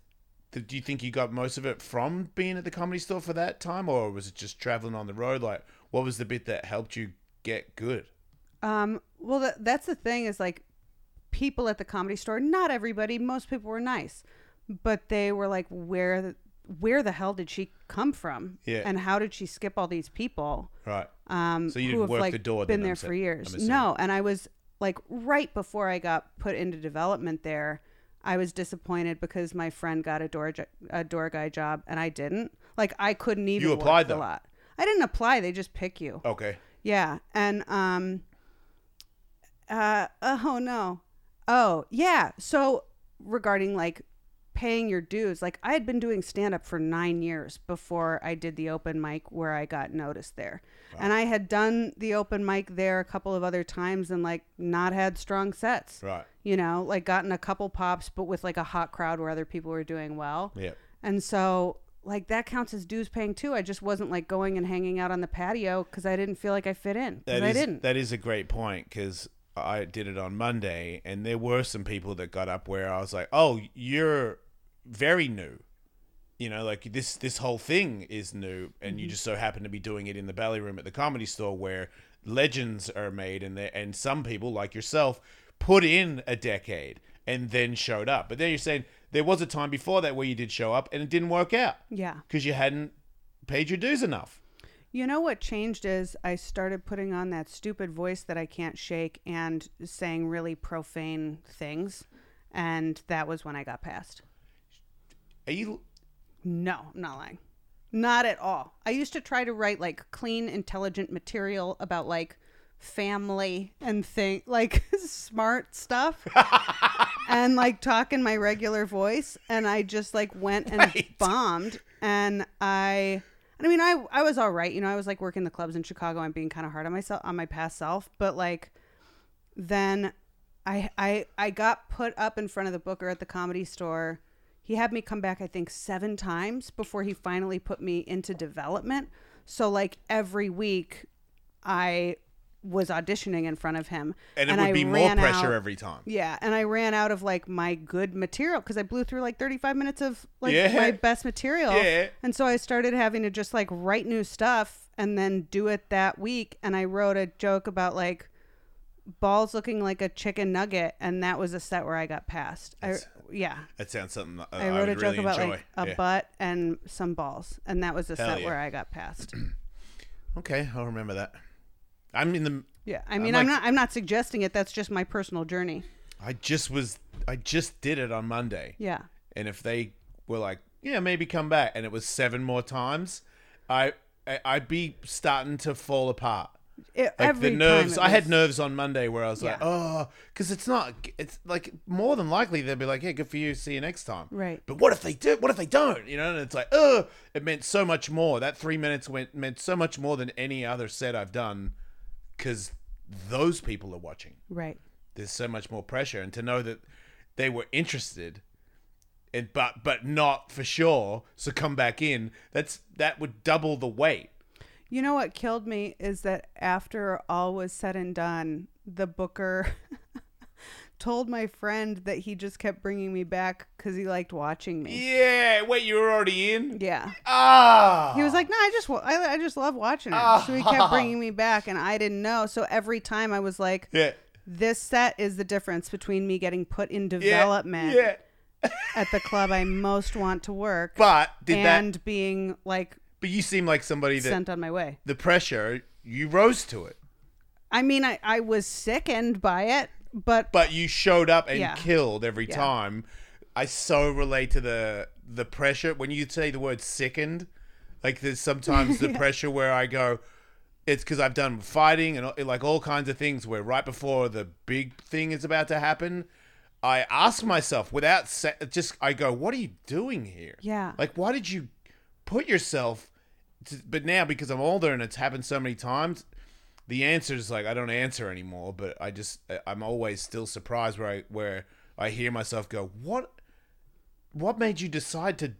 Speaker 1: th- Do you think you got most of it from being at the comedy store for that time, or was it just traveling on the road? Like, what was the bit that helped you get good?
Speaker 2: Um, well, th- that's the thing is like people at the comedy store. Not everybody. Most people were nice, but they were like, "Where, the, where the hell did she come from?
Speaker 1: Yeah.
Speaker 2: And how did she skip all these people?
Speaker 1: Right.
Speaker 2: Um,
Speaker 1: So you
Speaker 2: who
Speaker 1: didn't
Speaker 2: have
Speaker 1: work
Speaker 2: like
Speaker 1: the door then,
Speaker 2: been
Speaker 1: I'm
Speaker 2: there
Speaker 1: sa-
Speaker 2: for years?
Speaker 1: I'm assuming.
Speaker 2: No, and I was like right before I got put into development there. I was disappointed because my friend got a door jo- a door guy job and I didn't. Like I couldn't even.
Speaker 1: You
Speaker 2: work
Speaker 1: applied,
Speaker 2: the
Speaker 1: though.
Speaker 2: lot. I didn't apply. They just pick you.
Speaker 1: Okay.
Speaker 2: Yeah, and um, uh, oh no, oh yeah. So regarding like paying your dues, like I had been doing stand up for nine years before I did the open mic where I got noticed there, and I had done the open mic there a couple of other times and like not had strong sets.
Speaker 1: Right.
Speaker 2: You know, like gotten a couple pops, but with like a hot crowd where other people were doing well.
Speaker 1: Yeah.
Speaker 2: And so, like, that counts as dues paying too. I just wasn't like going and hanging out on the patio because I didn't feel like I fit in. 'Cause
Speaker 1: That
Speaker 2: I
Speaker 1: is-
Speaker 2: didn't.
Speaker 1: That is a great point because I did it on Monday, and there were some people that got up where I was like, "Oh, you're very new." You know, like this this whole thing is new, and
Speaker 2: Mm-hmm.
Speaker 1: you just so happen to be doing it in the belly room at the comedy store where legends are made, and there and some people like yourself put in a decade and then showed up. But then you're saying there was a time before that where you did show up and it didn't work out
Speaker 2: yeah.
Speaker 1: because you hadn't paid your dues enough.
Speaker 2: You know what changed is I started putting on that stupid voice that I can't shake and saying really profane things. And that was when I got passed.
Speaker 1: Are you
Speaker 2: No, I'm not lying. Not at all. I used to try to write like clean, intelligent material about like family and thing like smart stuff and like talk in my regular voice and I just like went and bombed and I and I mean I I was all right, you know, I was like working the clubs in Chicago and being kind of hard on myself on my past self, but like then I I I got put up in front of the booker at the comedy store. He had me come back I think 7 times before he finally put me into development. So like every week I was auditioning in front of him
Speaker 1: and it would be more
Speaker 2: ran
Speaker 1: pressure
Speaker 2: out-
Speaker 1: every time.
Speaker 2: yeah, and I ran out of like my good material because I blew through like 35 minutes of like
Speaker 1: Yeah.
Speaker 2: my best material.
Speaker 1: Yeah.
Speaker 2: And so I started having to just like write new stuff and then do it that week. And I wrote a joke about like balls looking like a chicken nugget, and that was a set where I got passed. I,
Speaker 1: That's-
Speaker 2: yeah.
Speaker 1: That sounds something that I,
Speaker 2: I wrote
Speaker 1: would
Speaker 2: a joke
Speaker 1: really
Speaker 2: about
Speaker 1: enjoy.
Speaker 2: like a
Speaker 1: Yeah.
Speaker 2: butt and some balls, and that was a
Speaker 1: Hell
Speaker 2: set
Speaker 1: yeah.
Speaker 2: where I got passed.
Speaker 1: Okay, I'll remember that. I'm in the.
Speaker 2: yeah, I mean,
Speaker 1: I'm
Speaker 2: I'm
Speaker 1: like-
Speaker 2: not, I'm not suggesting it. That's just my personal journey.
Speaker 1: I just was. I just did it on Monday,
Speaker 2: Yeah,
Speaker 1: and if they were like, "Yeah, maybe come back," and it was seven more times, I, I I'd be starting to fall apart.
Speaker 2: It-
Speaker 1: Like
Speaker 2: E, every
Speaker 1: the
Speaker 2: time
Speaker 1: nerves.
Speaker 2: it
Speaker 1: I had
Speaker 2: was-
Speaker 1: nerves on Monday where I was like,
Speaker 2: Yeah.
Speaker 1: "Oh," because it's not. It's like more than likely they'd be like, "Yeah, good for you. See you next time."
Speaker 2: Right.
Speaker 1: But what if they do? What if they don't? You know, and it's like, oh, it meant so much more. That three minutes went meant so much more than any other set I've done, because those people are watching.
Speaker 2: Right.
Speaker 1: There's so much more pressure, and to know that they were interested, and but but not for sure. So come back in. That's that would double the weight.
Speaker 2: You know what killed me is that after all was said and done, the booker told my friend that he just kept bringing me back because he liked watching me.
Speaker 1: Yeah. Wait, you were already in.
Speaker 2: Yeah.
Speaker 1: Ah.
Speaker 2: He was like, "No, I just wa- I, I just love watching it." So he
Speaker 1: Ah.
Speaker 2: kept bringing me back, and I didn't know. So every time I was like,
Speaker 1: Yeah.
Speaker 2: "This set is the difference between me getting put in
Speaker 1: Yeah.
Speaker 2: development
Speaker 1: Yeah.
Speaker 2: at the club I most want to work
Speaker 1: But did
Speaker 2: and
Speaker 1: that?
Speaker 2: being like
Speaker 1: But you seem like somebody that
Speaker 2: sent on my way."
Speaker 1: the pressure you rose to it,
Speaker 2: I mean, I, I was sickened by it, but,
Speaker 1: but you showed up and
Speaker 2: Yeah.
Speaker 1: killed every time. I so relate to the the pressure when you say the word sickened. Like there's sometimes the pressure where I go, it's because I've done fighting and uh, like all kinds of things where right before the big thing is about to happen, I ask myself without sa- just I go, what are you doing here?
Speaker 2: Yeah.
Speaker 1: Like why did you put yourself? To, but now because I'm older and it's happened so many times, the answer is like I don't answer anymore. But I just I- I'm always still surprised where I where I hear myself go, what what made you decide to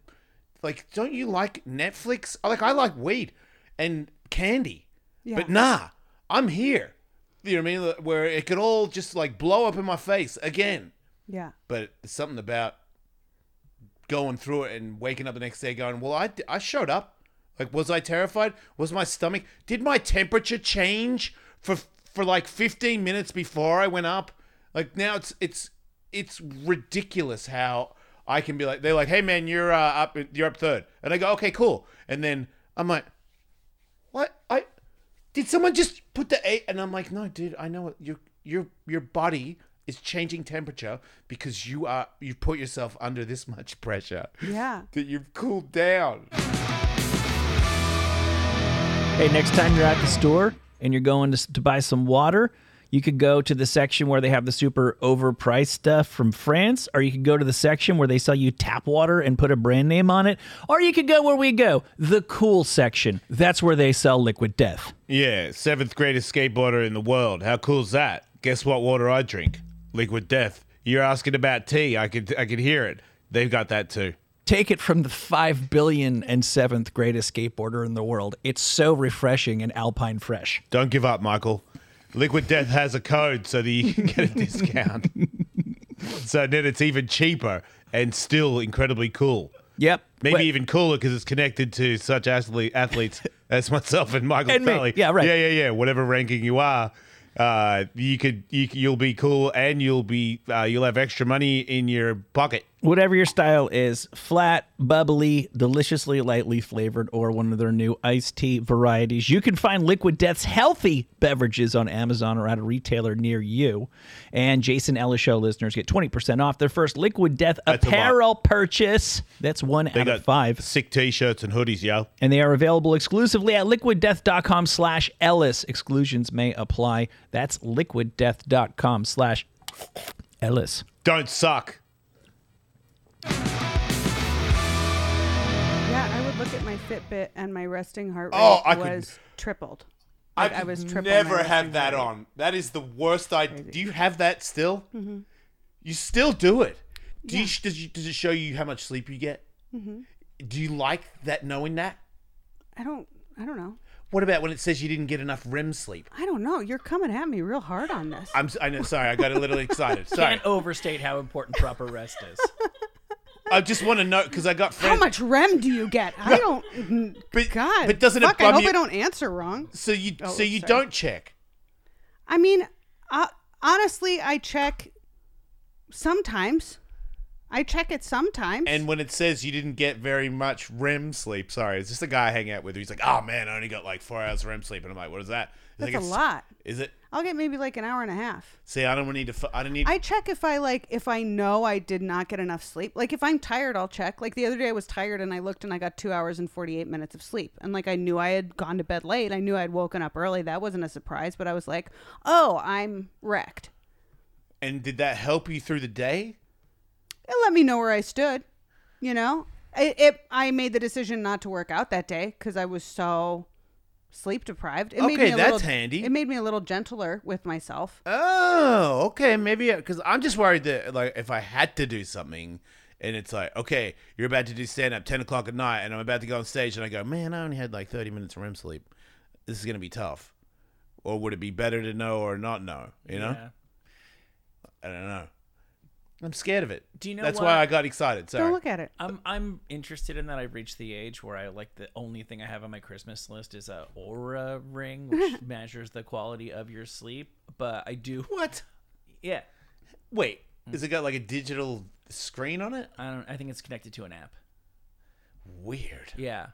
Speaker 1: like don't you like netflix like i like weed and candy
Speaker 2: Yeah.
Speaker 1: but nah i'm here you know what i mean where it could all just like blow up in my face again
Speaker 2: yeah.
Speaker 1: but it's something about going through it and waking up the next day going well i i showed up like was i terrified was my stomach did my temperature change for for like 15 minutes before i went up like now it's it's it's ridiculous how i can be like they're like hey man you're uh, up you're up third and i go okay cool and then i'm like what i did someone just put the eight? And I'm like, no, dude. I know it. your your your body is changing temperature because you are you've put yourself under this much pressure
Speaker 2: Yeah.
Speaker 1: that you've cooled down.
Speaker 4: Hey, next time you're at the store and you're going to, s- to buy some water, you could go to the section where they have the super overpriced stuff from France, or you could go to the section where they sell you tap water and put a brand name on it, or you could go where we go, the cool section. That's where they sell liquid death.
Speaker 1: Yeah, seventh greatest skateboarder in the world. How cool's that? Guess what water I drink? Liquid Death. You're asking about tea. I could I could hear it. They've got that too.
Speaker 5: take it from the 5 billion and seventh greatest skateboarder in the world. It's so refreshing and alpine fresh.
Speaker 1: Don't give up, Michael. Liquid Death has a code so that you can get a discount. so then it's even cheaper and still incredibly cool.
Speaker 5: Yep.
Speaker 1: Maybe
Speaker 5: Wait,
Speaker 1: even cooler because it's connected to such athlete, athletes as myself and Michael
Speaker 5: And me.
Speaker 1: Kelly.
Speaker 5: Yeah, right.
Speaker 1: Yeah, yeah, yeah. Whatever ranking you are, uh, you could you, you'll be cool and you'll be uh, you'll have extra money in your pocket.
Speaker 4: Whatever your style is, flat, bubbly, deliciously lightly flavored, or one of their new iced tea varieties, you can find Liquid Death's healthy beverages on Amazon or at a retailer near you. And Jason Ellis Show listeners get 20% off their first Liquid Death
Speaker 1: That's a lot.
Speaker 4: apparel purchase. That's one out
Speaker 1: got
Speaker 4: of five
Speaker 1: sick t-shirts and hoodies, yo.
Speaker 4: and they are available exclusively at liquiddeath.com slash ellis exclusions may apply that's liquiddeath.com slash ellis
Speaker 1: Don't suck.
Speaker 2: Yeah. I would look at my Fitbit and my resting heart rate
Speaker 1: Oh, I could-
Speaker 2: was tripled. Like, I,
Speaker 1: could
Speaker 2: was triple. my
Speaker 1: never
Speaker 2: resting
Speaker 1: have that
Speaker 2: heart rate.
Speaker 1: on. That is the worst idea. Do you have that still? Mm-hmm. You still do it. Do you, does, you, does it show you how much sleep you get? Mm-hmm. Do you like that knowing that?
Speaker 2: I don't. I don't know.
Speaker 1: What about when it says you didn't get enough REM sleep?
Speaker 2: I don't know. You're coming at me real hard on this.
Speaker 1: I'm I know, sorry, I got a little excited. Sorry,
Speaker 4: overstate how important proper rest is
Speaker 1: I just want to know because I got
Speaker 2: How
Speaker 1: friends.
Speaker 2: much REM do you get? I don't. mm,
Speaker 1: But-
Speaker 2: God.
Speaker 1: but doesn't it
Speaker 2: fuck, I
Speaker 1: bum
Speaker 2: hope
Speaker 1: you-
Speaker 2: I don't answer wrong.
Speaker 1: so you
Speaker 2: Oh,
Speaker 1: so you
Speaker 2: sorry.
Speaker 1: don't check.
Speaker 2: I mean, uh, honestly, I check sometimes. I check it sometimes.
Speaker 1: And when it says you didn't get very much REM sleep, sorry, it's just a guy I hang out with. He's like, "Oh man, I only got like four hours of REM sleep," and I'm like, "What is that?" He's
Speaker 2: that's
Speaker 1: like,
Speaker 2: a
Speaker 1: "It's-
Speaker 2: lot.
Speaker 1: Is it?
Speaker 2: I'll get maybe like an hour and a half.
Speaker 1: See, I don't need to. fu- I don't need.
Speaker 2: I check if I like if I know I did not get enough sleep. Like if I'm tired, I'll check. Like the other day I was tired and I looked and I got 2 hours and 48 minutes of sleep. And like I knew I had gone to bed late. I knew I'd woken up early. That wasn't a surprise, but I was like, "Oh, I'm wrecked."
Speaker 1: and did that help you through the day?
Speaker 2: It let me know where I stood, you know? It, it I made the decision not to work out that day cuz I was so sleep deprived. It made
Speaker 1: Okay,
Speaker 2: me a
Speaker 1: that's
Speaker 2: little,
Speaker 1: handy.
Speaker 2: It made me a little gentler with myself.
Speaker 1: Oh, okay, maybe because I'm just worried that like if I had to do something, and it's like, okay, you're about to do stand up ten o'clock at night, and I'm about to go on stage, and I go, man, I only had like thirty minutes of REM sleep. this is going to be tough, or would it be better to know or not know? You know,
Speaker 4: Yeah.
Speaker 1: I don't know. I'm scared of it.
Speaker 4: Do you know
Speaker 1: That's
Speaker 4: what?
Speaker 1: why I got excited. Sorry.
Speaker 2: Don't look at it.
Speaker 4: I'm I'm interested in that. I've reached the age where I like the only thing I have on my Christmas list is a aura ring, which measures the quality of your sleep. But I do,
Speaker 1: what?
Speaker 4: yeah.
Speaker 1: Wait, has it got like a digital screen on it?
Speaker 4: I don't. I think it's connected to an app.
Speaker 1: Weird.
Speaker 4: Yeah,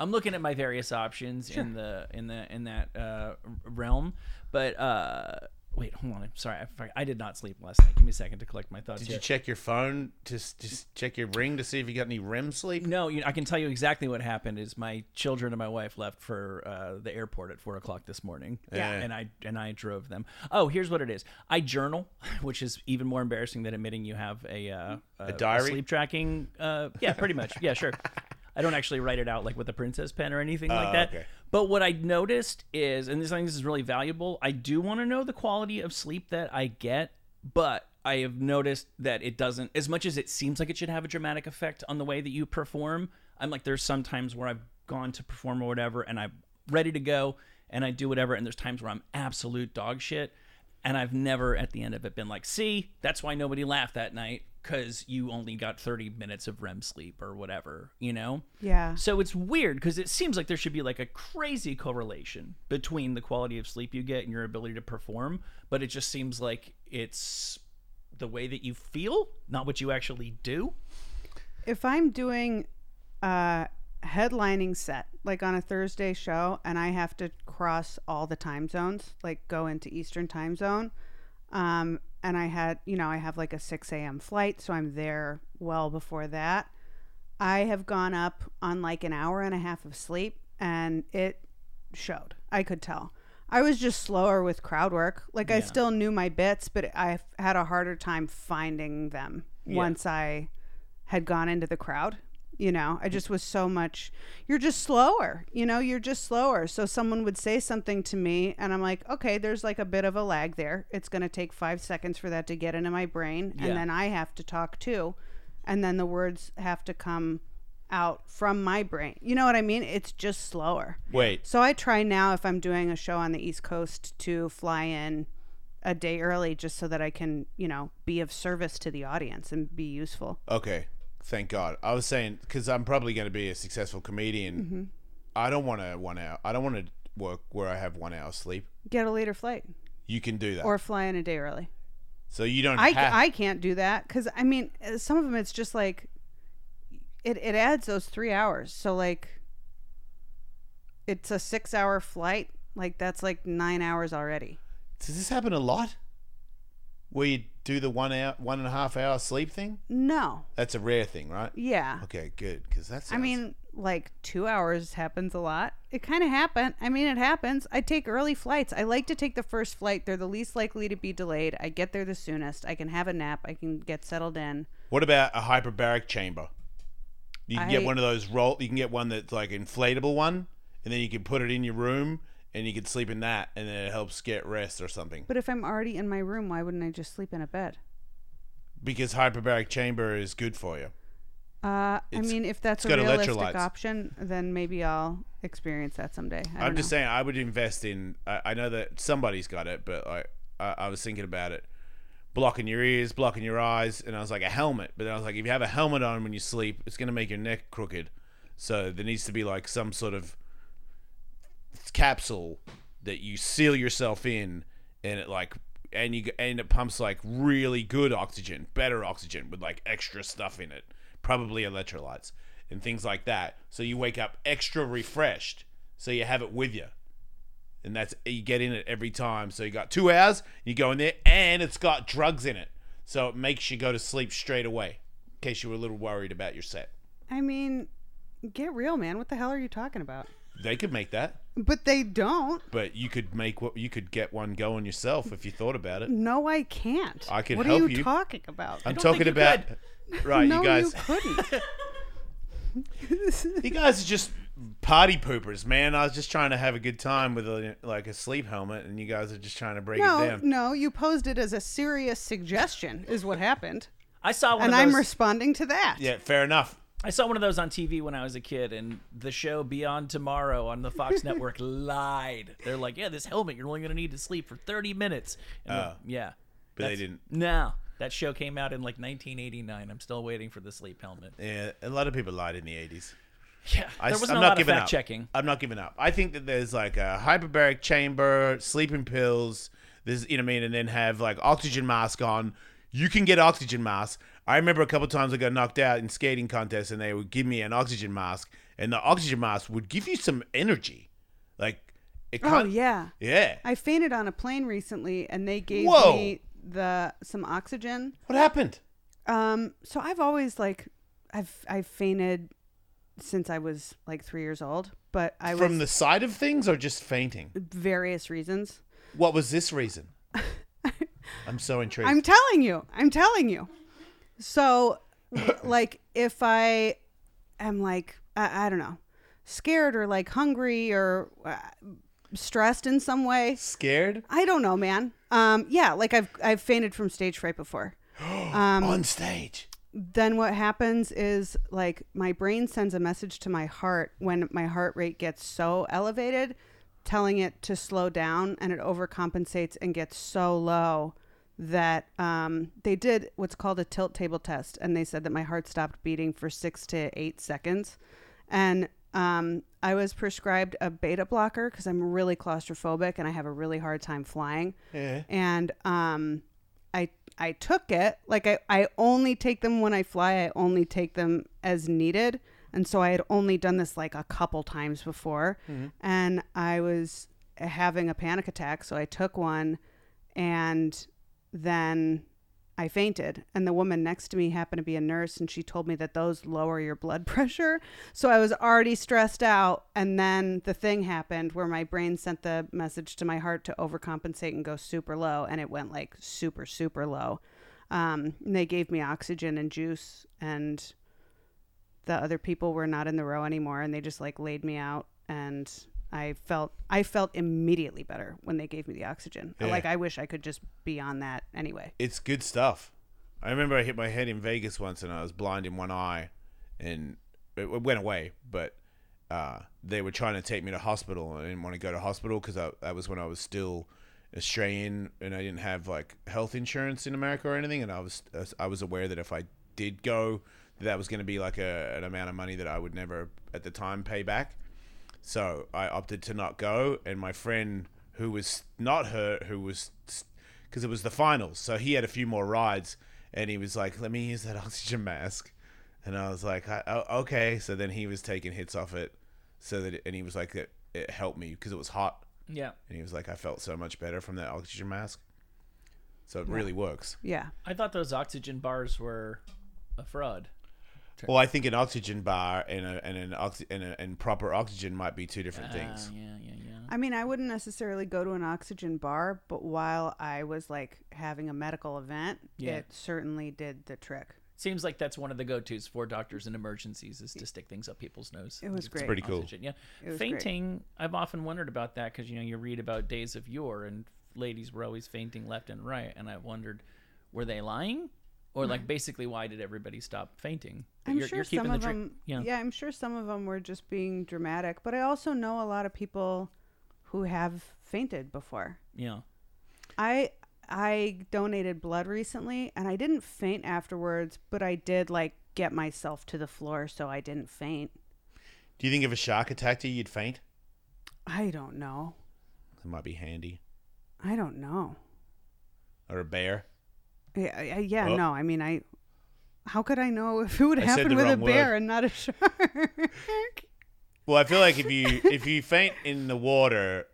Speaker 4: I'm looking at my various options in the in the in that uh, realm. But uh, wait, hold on. I'm sorry. I, forgot- I did not sleep last night. Give me a second to collect my thoughts.
Speaker 1: Did
Speaker 4: here.
Speaker 1: you check your phone to s- just check your ring to see if you got any REM sleep?
Speaker 4: No, you I can tell you exactly what happened. Is my children and my wife left for uh, the airport at four o'clock this morning.
Speaker 1: Yeah.
Speaker 4: and I and I drove them. Oh, here's what it is. I journal, which is even more embarrassing than admitting you have a uh, a,
Speaker 1: diary?
Speaker 4: sleep tracking. Uh, yeah, pretty much. Yeah, sure. I don't actually write it out like with a princess pen or anything like that.
Speaker 1: Oh, okay.
Speaker 4: But what I noticed is, and this I think this is really valuable. I do want to know the quality of sleep that I get, but I have noticed that it doesn't. As much as it seems like it should have a dramatic effect on the way that you perform, I'm like there's some times where I've gone to perform or whatever, and I'm ready to go, and I do whatever, and there's times where I'm absolute dog shit, and I've never at the end of it been like, see, that's why nobody laughed that night because you only got 30 minutes of REM sleep or whatever, you know?
Speaker 2: Yeah.
Speaker 4: So it's weird because it seems like there should be like a crazy correlation between the quality of sleep you get and your ability to perform, but it just seems like it's the way that you feel, not what you actually do.
Speaker 2: if I'm doing a headlining set, like on a Thursday show, and I have to cross all the time zones, like go into Eastern time zone, um, and I had, you know, I have like a 6 a.m. flight, so I'm there well before that. I have gone up on like an hour and a half of sleep, and it showed. I could tell. I was just slower with crowd work. Like I still knew my bits, but I had a harder time finding them once I had gone into the crowd. You know, I just was so much. You're just slower. You know, you're just slower. So someone would say something to me, and I'm like, okay, there's like a bit of a lag there. It's going to take five seconds for that to get into my brain.
Speaker 4: Yeah.
Speaker 2: And then I have to talk too. And then the words have to come out from my brain. You know what I mean? It's just slower.
Speaker 1: Wait,
Speaker 2: So I try now if I'm doing a show on the East Coast to fly in a day early just so that I can, you know, be of service to the audience and be useful.
Speaker 1: Okay, thank God. I was saying because I'm probably going to be a successful comedian.
Speaker 2: Mm-hmm.
Speaker 1: I don't want to one hour. I don't want to work where I have one hour sleep.
Speaker 2: Get a later flight
Speaker 1: You can do that,
Speaker 2: or fly in a day early.
Speaker 1: so you don't.
Speaker 2: I,
Speaker 1: have,
Speaker 2: I can't do that because I mean, uh, some of them it's just like it, it adds those three hours. So, like, it's a six hour flight. Like, that's like nine hours already.
Speaker 1: does this happen a lot? Where you do the one hour, one and a half hour sleep thing?
Speaker 2: No.
Speaker 1: That's a rare thing, right?
Speaker 2: Yeah.
Speaker 1: Okay, good. Because that's.
Speaker 2: I mean, like two hours happens a lot. It kind of happened. I mean, it happens. I take early flights. I like to take the first flight. They're the least likely to be delayed. I get there the soonest. I can have a nap. I can get settled in.
Speaker 1: what about a hyperbaric chamber? You can get
Speaker 2: I-
Speaker 1: one of those roll. You can get one that's like inflatable one, and then you can put it in your room, and you can sleep in that, and then it helps get rest or something.
Speaker 2: But if I'm already in my room, why wouldn't I just sleep in a bed?
Speaker 1: Because hyperbaric chamber is good for you.
Speaker 2: Uh, I
Speaker 1: It's-
Speaker 2: mean, if that's
Speaker 1: it's
Speaker 2: a
Speaker 1: got
Speaker 2: realistic
Speaker 1: electrolytes.
Speaker 2: option, then maybe I'll experience that someday. I don't
Speaker 1: I'm just
Speaker 2: know.
Speaker 1: saying I would invest in. I, I know that somebody's got it, but I, I I was thinking about it, blocking your ears, blocking your eyes, and I was like a helmet. But then I was like, if you have a helmet on when you sleep, it's gonna make your neck crooked. So there needs to be like some sort of capsule that you seal yourself in, and it like and you g- and it pumps like really good oxygen, better oxygen with like extra stuff in it, probably electrolytes and things like that. So you wake up extra refreshed. So you have it with you, and that's you get in it every time. So you got two hours. You go in there, and it's got drugs in it, so it makes you go to sleep straight away. In case you were a little worried about your set,
Speaker 2: I mean, get real, man. What the hell are you talking about?
Speaker 1: they could make that.
Speaker 2: But they don't.
Speaker 1: But you could make what you could get one going yourself if you thought about it.
Speaker 2: No, I can't.
Speaker 1: I can
Speaker 2: What
Speaker 1: help
Speaker 2: are you,
Speaker 1: you.
Speaker 2: talking about?
Speaker 1: I'm
Speaker 4: don't
Speaker 1: talking
Speaker 4: think you
Speaker 1: about right.
Speaker 2: no,
Speaker 1: you guys,
Speaker 2: you couldn't.
Speaker 1: you guys are just party poopers, man. I was just trying to have a good time with a, like a sleep helmet, and you guys are just trying to break it
Speaker 2: No,
Speaker 1: down.
Speaker 2: no, you posed it as a serious suggestion, is what happened.
Speaker 4: I saw one
Speaker 2: and
Speaker 4: of
Speaker 2: I'm
Speaker 4: those-
Speaker 2: responding to that.
Speaker 1: Yeah, fair enough.
Speaker 4: I saw one of those on TV when I was a kid, and the show Beyond Tomorrow on the Fox network lied. They're like, "Yeah, this helmet you're only going to need to sleep for 30 minutes." And
Speaker 1: Oh.
Speaker 4: yeah,
Speaker 1: But they
Speaker 4: That's-
Speaker 1: didn't.
Speaker 4: No, that show came out in like 1989. I'm still waiting for the sleep helmet.
Speaker 1: Yeah, a lot of people lied in the eighties.
Speaker 4: Yeah,
Speaker 1: I,
Speaker 4: there wasn't
Speaker 1: am
Speaker 4: a
Speaker 1: not
Speaker 4: lot of
Speaker 1: giving
Speaker 4: fact
Speaker 1: up.
Speaker 4: checking.
Speaker 1: I'm not giving up. I think that there's like a hyperbaric chamber, sleeping pills. This, you know, what I mean, and then have like oxygen mask on. You can get oxygen masks. I remember a couple times I got knocked out in skating contests, and they would give me an oxygen mask, and the oxygen mask would give you some energy, like it.
Speaker 2: Oh
Speaker 1: kind-
Speaker 2: yeah.
Speaker 1: yeah.
Speaker 2: I fainted on a plane recently, and they gave
Speaker 1: Whoa.
Speaker 2: me the some oxygen.
Speaker 1: What happened?
Speaker 2: Um, so I've always like, I've I've fainted since I was like three years old, but I
Speaker 1: From the
Speaker 2: was
Speaker 1: side of things, or just fainting?
Speaker 2: various reasons.
Speaker 1: What was this reason? I'm so intrigued.
Speaker 2: I'm telling you. I'm telling you. So, like, if I am like, I, I don't know, scared or like hungry or uh, stressed in some way,
Speaker 1: scared
Speaker 2: I don't know, man. Um, yeah, like I've I've fainted from stage fright before. Um,
Speaker 1: on stage.
Speaker 2: then what happens is like my brain sends a message to my heart when my heart rate gets so elevated telling it to slow down and it overcompensates and gets so low that um, they did what's called a tilt table test and they said that my heart stopped beating for six to eight seconds and um, i was prescribed a beta blocker because i'm really claustrophobic and i have a really hard time flying
Speaker 1: Yeah.
Speaker 2: and um i i took it like i i only take them when i fly i only take them as needed and so i had only done this like a couple times before and i was having a panic attack so i took one and then I fainted, and the woman next to me happened to be a nurse, and she told me that those lower your blood pressure. So I was already stressed out, and then the thing happened where my brain sent the message to my heart to overcompensate and go super low, and it went like super, super low. Um, and they gave me oxygen and juice, and the other people were not in the row anymore, and they just like laid me out, and I felt I felt immediately better when they gave me the oxygen.
Speaker 1: Yeah.
Speaker 2: Like I wish I could just be on that anyway.
Speaker 1: It's good stuff. I remember I hit my head in Vegas once and I was blind in one eye and it it went away, but uh, they were trying to take me to hospital and I didn't want to go to hospital because that was when I was still Australian and I didn't have like health insurance in America or anything. And I was, uh, I was aware that if I did go, that was going to be like a, an amount of money that I would never at the time pay back. So I opted to not go, and my friend who was not hurt, who was because it was the finals, so he had a few more rides, and he was like, "Let me use that oxygen mask," and I was like, I, oh, "Okay." So then he was taking hits off it, so that it, and he was like, "It, it helped me because it was hot,"
Speaker 4: Yeah,
Speaker 1: and he was like, "I felt so much better from that oxygen mask." So it really works.
Speaker 2: Yeah.
Speaker 4: I thought those oxygen bars were a fraud.
Speaker 1: Well, I think an oxygen bar and a, and an oxy, and, a, and proper oxygen might be two different things.
Speaker 4: yeah, yeah, yeah.
Speaker 2: I mean, I wouldn't necessarily go to an oxygen bar, but while I was like having a medical event,
Speaker 4: Yeah.
Speaker 2: it certainly did the trick.
Speaker 4: Seems like that's one of the go-tos for doctors in emergencies is to stick things up people's nose.
Speaker 2: It was
Speaker 4: It's
Speaker 2: great.
Speaker 1: Pretty cool.
Speaker 4: Oxygen, Yeah,
Speaker 2: was great.
Speaker 4: fainting. I've often wondered about that because you know you read about days of yore and ladies were always fainting left and right, and I wondered were they lying or like basically why did everybody stop fainting? But
Speaker 2: I'm sure some of
Speaker 4: drink-
Speaker 2: them.
Speaker 4: yeah.
Speaker 2: I'm sure some of them were just being dramatic, but I also know a lot of people who have fainted before.
Speaker 4: yeah.
Speaker 2: I I donated blood recently, and I didn't faint afterwards, but I did like get myself to the floor, so I didn't faint.
Speaker 1: Do you think if a shark attacked you, you'd faint?
Speaker 2: I don't know.
Speaker 1: That might be handy.
Speaker 2: I don't know.
Speaker 1: Or a bear.
Speaker 2: Yeah, I- I- yeah,
Speaker 1: Oh.
Speaker 2: no. I mean, I. How could I know if it would
Speaker 1: I said
Speaker 2: happen
Speaker 1: the
Speaker 2: with a
Speaker 1: wrong word.
Speaker 2: bear and not a shark?
Speaker 1: Well, I feel like if you if you faint in the water,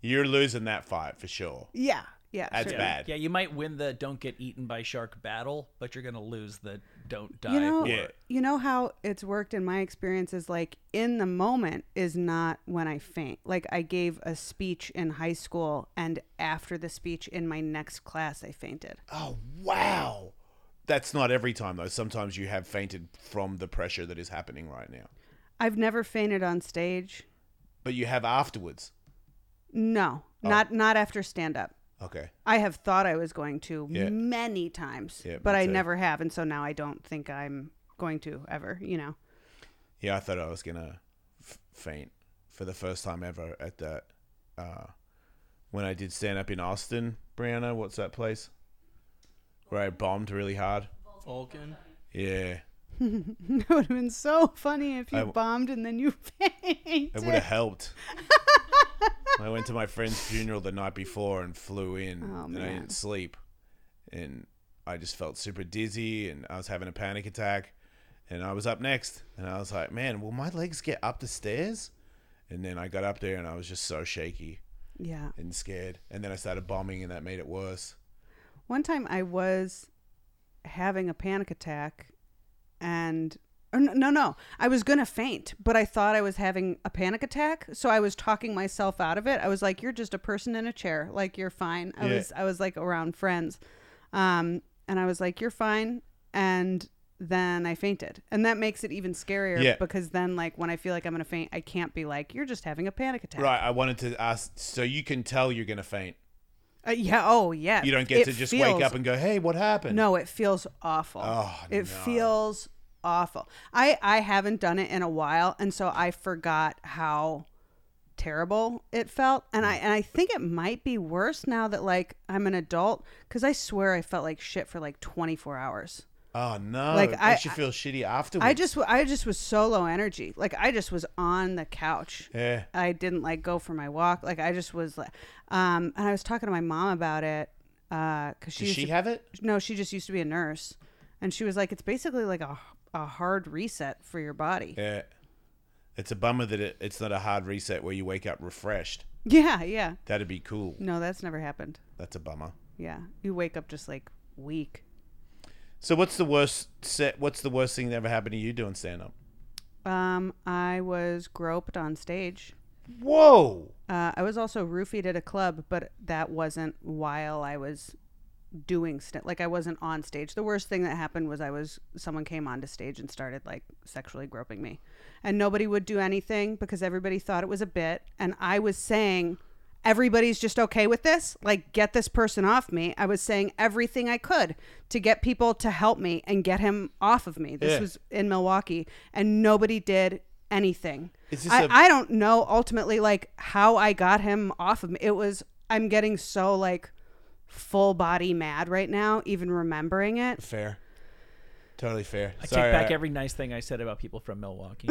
Speaker 1: you're losing that fight for sure.
Speaker 2: yeah, yeah.
Speaker 1: That's
Speaker 2: sure.
Speaker 1: bad.
Speaker 4: Yeah, you might win the don't get eaten by shark battle, but you're gonna lose the don't die.
Speaker 2: You know,
Speaker 1: Yeah.
Speaker 2: you know how it's worked in my experience is like in the moment is not when I faint. Like I gave a speech in high school, and after the speech in my next class, I fainted.
Speaker 1: Oh wow. That's not every time though. Sometimes you have fainted from the pressure that is happening right now.
Speaker 2: I've never fainted on stage.
Speaker 1: But you have afterwards.
Speaker 2: No,
Speaker 1: Oh.
Speaker 2: not not after stand up.
Speaker 1: Okay.
Speaker 2: I have thought I was going to
Speaker 1: Yeah.
Speaker 2: many times,
Speaker 1: Yeah, me
Speaker 2: but I
Speaker 1: too.
Speaker 2: never have, and so now I don't think I'm going to ever. You know,
Speaker 1: Yeah, I thought I was gonna f- faint for the first time ever at that. Uh, when I did stand up in Austin, Brianna, what's that place? Where I bombed really hard.
Speaker 3: Vulcan.
Speaker 1: Yeah,
Speaker 2: That would have been so funny if you
Speaker 1: I w-
Speaker 2: bombed and then you fainted.
Speaker 1: it would have helped. I went to my friend's funeral the night before and flew in,
Speaker 2: Oh,
Speaker 1: and I
Speaker 2: man.
Speaker 1: didn't sleep, and I just felt super dizzy, and I was having a panic attack, and I was up next, and I was like, man, will my legs get up the stairs? And then I got up there, and I was just so shaky.
Speaker 2: Yeah.
Speaker 1: and scared. And then I started bombing, and that made it worse.
Speaker 2: One time I was having a panic attack and or no, no, no. I was going to faint, but I thought I was having a panic attack, so I was talking myself out of it. I was like, "You're just a person in a chair. Like you're fine." I
Speaker 1: Yeah.
Speaker 2: was I was like around friends. Um and I was like, "You're fine." And then I fainted. And that makes it even scarier
Speaker 1: Yeah.
Speaker 2: because then like when I feel like I'm going to faint, I can't be like, "You're just having a panic attack."
Speaker 1: Right. I wanted to ask, so you can tell you're gonna faint.
Speaker 2: Uh, yeah, oh yeah.
Speaker 1: You don't get
Speaker 2: It
Speaker 1: to just
Speaker 2: feels
Speaker 1: wake up and go, "Hey, what happened?"
Speaker 2: No, it feels awful.
Speaker 1: Oh,
Speaker 2: it
Speaker 1: no.
Speaker 2: feels awful. I I haven't done it in a while, and so I forgot how terrible it felt. And I and I think it might be worse now that like I'm an adult because I swear I felt like shit for like 24 hours.
Speaker 1: Oh no! Like
Speaker 2: Like,
Speaker 1: it
Speaker 2: I-
Speaker 1: makes you feel shitty afterwards.
Speaker 2: I just w- I just was so low energy. Like I just was on the couch.
Speaker 1: Yeah.
Speaker 2: I didn't like go for my walk. Like I just was like, um, and I was talking to my mom about it because
Speaker 1: Did
Speaker 2: she used
Speaker 1: she
Speaker 2: to-
Speaker 1: have it?
Speaker 2: no, she just used to be a nurse, and she was like, it's basically like a a hard reset for your body.
Speaker 1: Yeah. Eh, It's a bummer that it, it's not a hard reset where you wake up refreshed.
Speaker 2: Yeah, yeah.
Speaker 1: That'd be cool.
Speaker 2: No, that's never happened.
Speaker 1: That's a bummer.
Speaker 2: Yeah, you wake up just like weak.
Speaker 1: So what's the worst set? What's the worst thing that ever happened to you doing stand up?
Speaker 2: Um, I was groped on stage.
Speaker 1: Whoa!
Speaker 2: Uh, I was also roofied at a club, but that wasn't while I was doing st- like I wasn't on stage. The worst thing that happened was I was someone came onto stage and started like sexually groping me, and nobody would do anything because everybody thought it was a bit, and I was saying. Everybody's just okay with this. Like, get this person off me. I was saying everything I could to get people to help me and get him off of me. This
Speaker 1: Yeah.
Speaker 2: was in Milwaukee, and nobody did anything.
Speaker 1: Is this
Speaker 2: I
Speaker 1: a-
Speaker 2: I don't know ultimately like how I got him off of me. It was I'm getting so like full body mad right now, even remembering it.
Speaker 1: Fair. Totally fair.
Speaker 4: I
Speaker 1: Sorry,
Speaker 4: take back
Speaker 1: I-
Speaker 4: every nice thing I said about people from Milwaukee.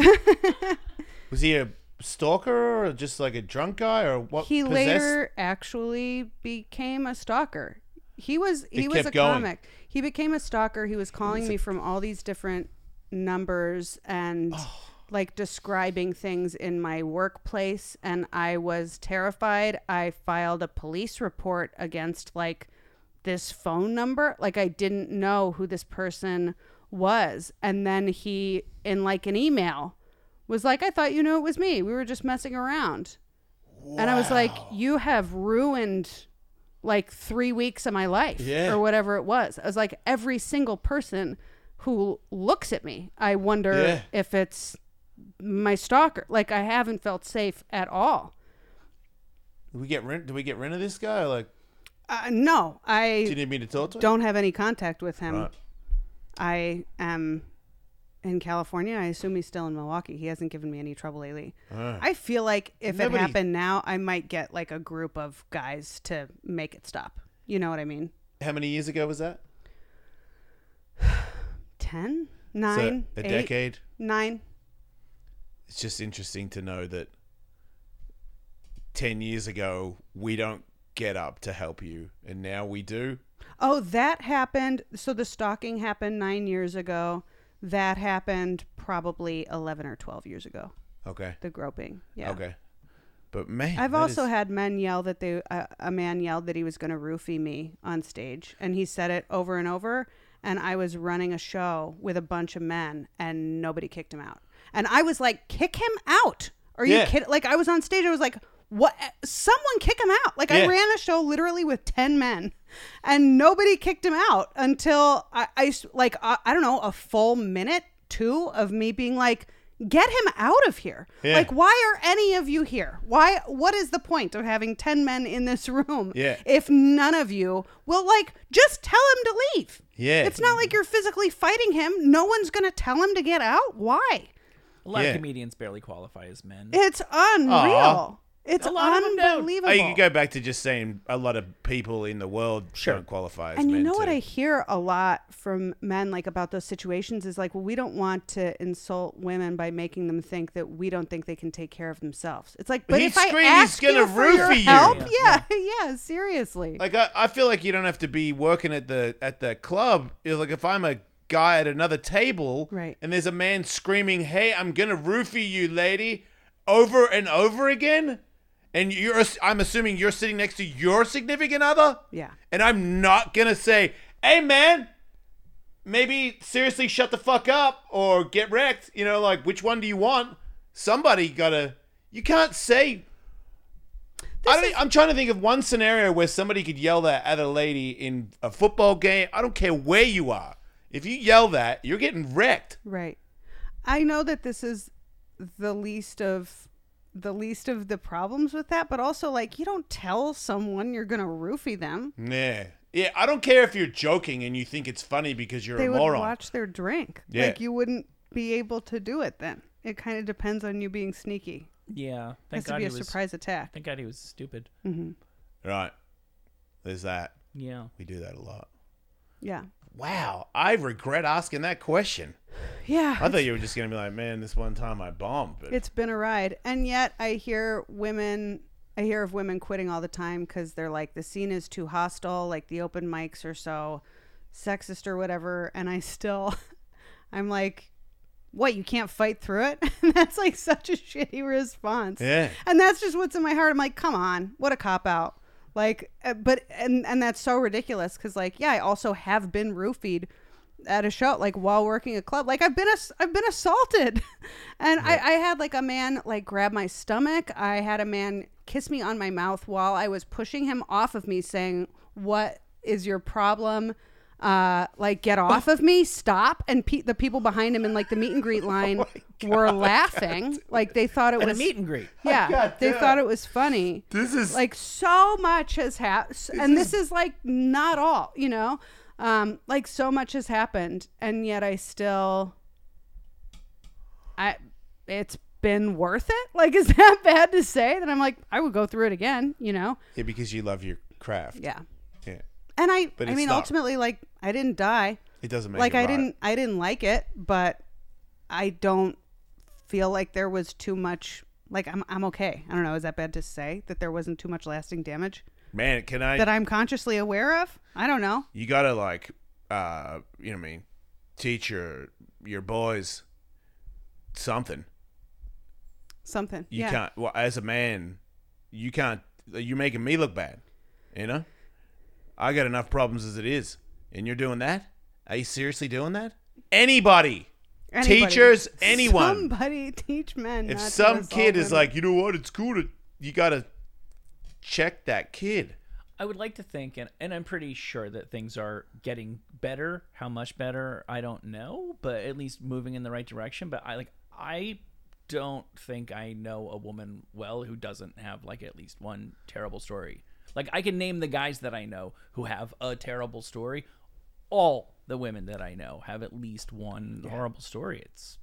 Speaker 1: Was he a stalker or just like a drunk guy or what?
Speaker 2: He
Speaker 1: possessed-
Speaker 2: later actually became a stalker. He was he
Speaker 1: It
Speaker 2: was
Speaker 1: kept
Speaker 2: a
Speaker 1: going.
Speaker 2: comic. He became a stalker. He was calling me from all these different numbers and
Speaker 1: Oh.
Speaker 2: like describing things in my workplace and I was terrified. I filed a police report against like this phone number. Like I didn't know who this person was. And then he in like an email was like, I thought you knew it was me. We were just messing around. And I was like, you have ruined like three weeks of my life
Speaker 1: Yeah.
Speaker 2: or whatever it was. I was like, every single person who looks at me, I wonder
Speaker 1: Yeah.
Speaker 2: if it's my stalker. Like I haven't felt safe at all.
Speaker 1: Did we get rid? Did we get rid of this guy? Like,
Speaker 2: Uh, no, I
Speaker 1: do you need me to talk to him?
Speaker 2: don't have any contact with him.
Speaker 1: Right.
Speaker 2: I am in California. I assume he's still in Milwaukee. He hasn't given me any trouble lately. I feel like if
Speaker 1: Ah. Nobody-
Speaker 2: it happened now, I might get like a group of guys to make it stop. You know what I mean?
Speaker 1: How many years ago was that?
Speaker 2: 10,
Speaker 1: So,
Speaker 2: 9,
Speaker 1: a
Speaker 2: eight,
Speaker 1: decade.
Speaker 2: 9.
Speaker 1: It's just interesting to know that ten years ago we don't get up to help you, and now we do.
Speaker 2: Oh, that happened. So the stalking happened 9 years ago. That happened probably 11 or 12 years ago.
Speaker 1: Okay.
Speaker 2: The groping. Yeah.
Speaker 1: Okay. But man,
Speaker 2: I've
Speaker 1: that
Speaker 2: also
Speaker 1: is-
Speaker 2: had men yell that they uh, a man yelled that he was going to roofie me on stage, and he said it over and over. And I was running a show with a bunch of men, and nobody kicked him out. And I was like, "Kick him out? Are you
Speaker 1: Yeah.
Speaker 2: kidding?" Like I was on stage, I was like, "What? Someone kick him out!" Like
Speaker 1: Yeah.
Speaker 2: I ran a show literally with ten men, and nobody kicked him out until I, I s- like I, I don't know a full minute two of me being like. Get him out of here.
Speaker 1: Yeah.
Speaker 2: Like, why are any of you here? Why? What is the point of having ten men in this room?
Speaker 1: Yeah.
Speaker 2: If none of you will like, just tell him to leave.
Speaker 1: Yeah.
Speaker 2: It's not like you're physically fighting him. No one's gonna tell him to get out. Why?
Speaker 4: A lot
Speaker 1: Yeah.
Speaker 4: of comedians barely qualify as men.
Speaker 2: It's unreal. It's
Speaker 4: A lot of 'em don't.
Speaker 2: unbelievable.
Speaker 1: Oh, you could go back to just saying a lot of people in the world
Speaker 4: Sure.
Speaker 1: don't qualify as
Speaker 2: and
Speaker 1: men.
Speaker 2: you know what
Speaker 1: too.
Speaker 2: I hear a lot from men like about those situations is like, well, we don't want to insult women by making them think that we don't think they can take care of themselves. It's like, but
Speaker 1: he
Speaker 2: if I
Speaker 1: screamed, he's
Speaker 2: ask
Speaker 1: gonna
Speaker 2: you for your
Speaker 1: roofie you.
Speaker 2: help, yeah, yeah, seriously.
Speaker 1: Like I, I feel like you don't have to be working at the at the club. You're like if I'm a guy at another table,
Speaker 2: Right.
Speaker 1: and there's a man screaming, "Hey, I'm gonna roofie you, lady," over and over again, and you're ass- I'm assuming you're sitting next to your significant other,
Speaker 2: yeah,
Speaker 1: and I'm not gonna say, "Hey, man." Maybe seriously shut the fuck up or get wrecked. You know, like which one do you want? Somebody gotta. You can't say I don't, e, I'm trying to think of one scenario where somebody could yell that at a lady in a football game. I don't care where you are. If you yell that, you're getting wrecked.
Speaker 2: right. I know that this is the least of the least of the problems with that, but also like you don't tell someone you're gonna roofie them.
Speaker 1: Nah. Yeah, I don't care if you're joking and you think it's funny because you're
Speaker 2: they
Speaker 1: a
Speaker 2: would
Speaker 1: moron.
Speaker 2: watch their drink.
Speaker 1: Yeah.
Speaker 2: Like you wouldn't be able to do it then. It kind of depends on you being sneaky.
Speaker 4: Yeah,
Speaker 2: It has
Speaker 4: thank
Speaker 2: to
Speaker 4: God
Speaker 2: be
Speaker 4: he
Speaker 2: a
Speaker 4: was.
Speaker 2: surprise attack.
Speaker 4: Thank God he was stupid.
Speaker 1: Right. There's that.
Speaker 4: Yeah,
Speaker 1: We do that a lot.
Speaker 2: Yeah.
Speaker 1: Wow. I regret asking that question.
Speaker 2: Yeah.
Speaker 1: I thought you were just going to be like, man, this one time I bombed. But
Speaker 2: It's been a ride. And yet I hear women I hear of women quitting all the time cuz they're like the scene is too hostile, like the open mics are so sexist or whatever, and I still I'm like what you can't fight through it? And that's like such a shitty response.
Speaker 1: yeah.
Speaker 2: and that's just what's in my heart. I'm like, come on, what a cop out. Like, uh, but and and that's so ridiculous because like, yeah, I also have been roofied at a show, like while working a club. Like I've been ass- I've been assaulted, and I I had like a man like grab my stomach. I had a man kiss me on my mouth while I was pushing him off of me, saying, "What is your problem?" Uh, like get off of me, stop! And pe- the people behind him in like the meet and greet line were laughing, like they thought it
Speaker 4: and a
Speaker 2: was
Speaker 4: meet and greet.
Speaker 2: yeah,
Speaker 1: God
Speaker 2: they
Speaker 1: damn.
Speaker 2: thought it was funny.
Speaker 1: This is
Speaker 2: Like so much has happened, and this is like not all, you know. Um, like so much has happened, and yet I still, I, it's been worth it. Like, is that bad to say? That I'm like, I would go through it again, you know?
Speaker 1: yeah, because you love your craft.
Speaker 2: Yeah.
Speaker 1: Yeah.
Speaker 2: And I,
Speaker 1: But
Speaker 2: I
Speaker 1: it's
Speaker 2: mean,
Speaker 1: not-
Speaker 2: ultimately, like, I didn't die.
Speaker 1: It doesn't make
Speaker 2: like,
Speaker 1: it
Speaker 2: I
Speaker 1: right.
Speaker 2: didn't, I didn't like it, but I don't feel like there was too much. Like, I'm, I'm okay. I don't know. Is that bad to say that there wasn't too much lasting damage?
Speaker 1: Man, can I?
Speaker 2: that I'm consciously aware of. I don't know.
Speaker 1: you gotta like uh you know what I mean teach your your boys something
Speaker 2: Something.
Speaker 1: you
Speaker 2: yeah.
Speaker 1: can't well as a man you can't you're making me look bad you know i got enough problems as it is and you're doing that are you seriously doing that anybody,
Speaker 2: Anybody.
Speaker 1: teachers anyone
Speaker 2: Somebody teach men.
Speaker 1: if
Speaker 2: not to
Speaker 1: some
Speaker 2: assault
Speaker 1: kid is
Speaker 2: women.
Speaker 1: like you know what it's cool to you gotta check that kid
Speaker 4: I would like to think, and, and I'm pretty sure that things are getting better. How much better, I don't know, but at least moving in the right direction. But I like, I don't think I know a woman well who doesn't have like at least one terrible story. Like I can name the guys that I know who have a terrible story. All the women that I know have at least one horrible story. It's.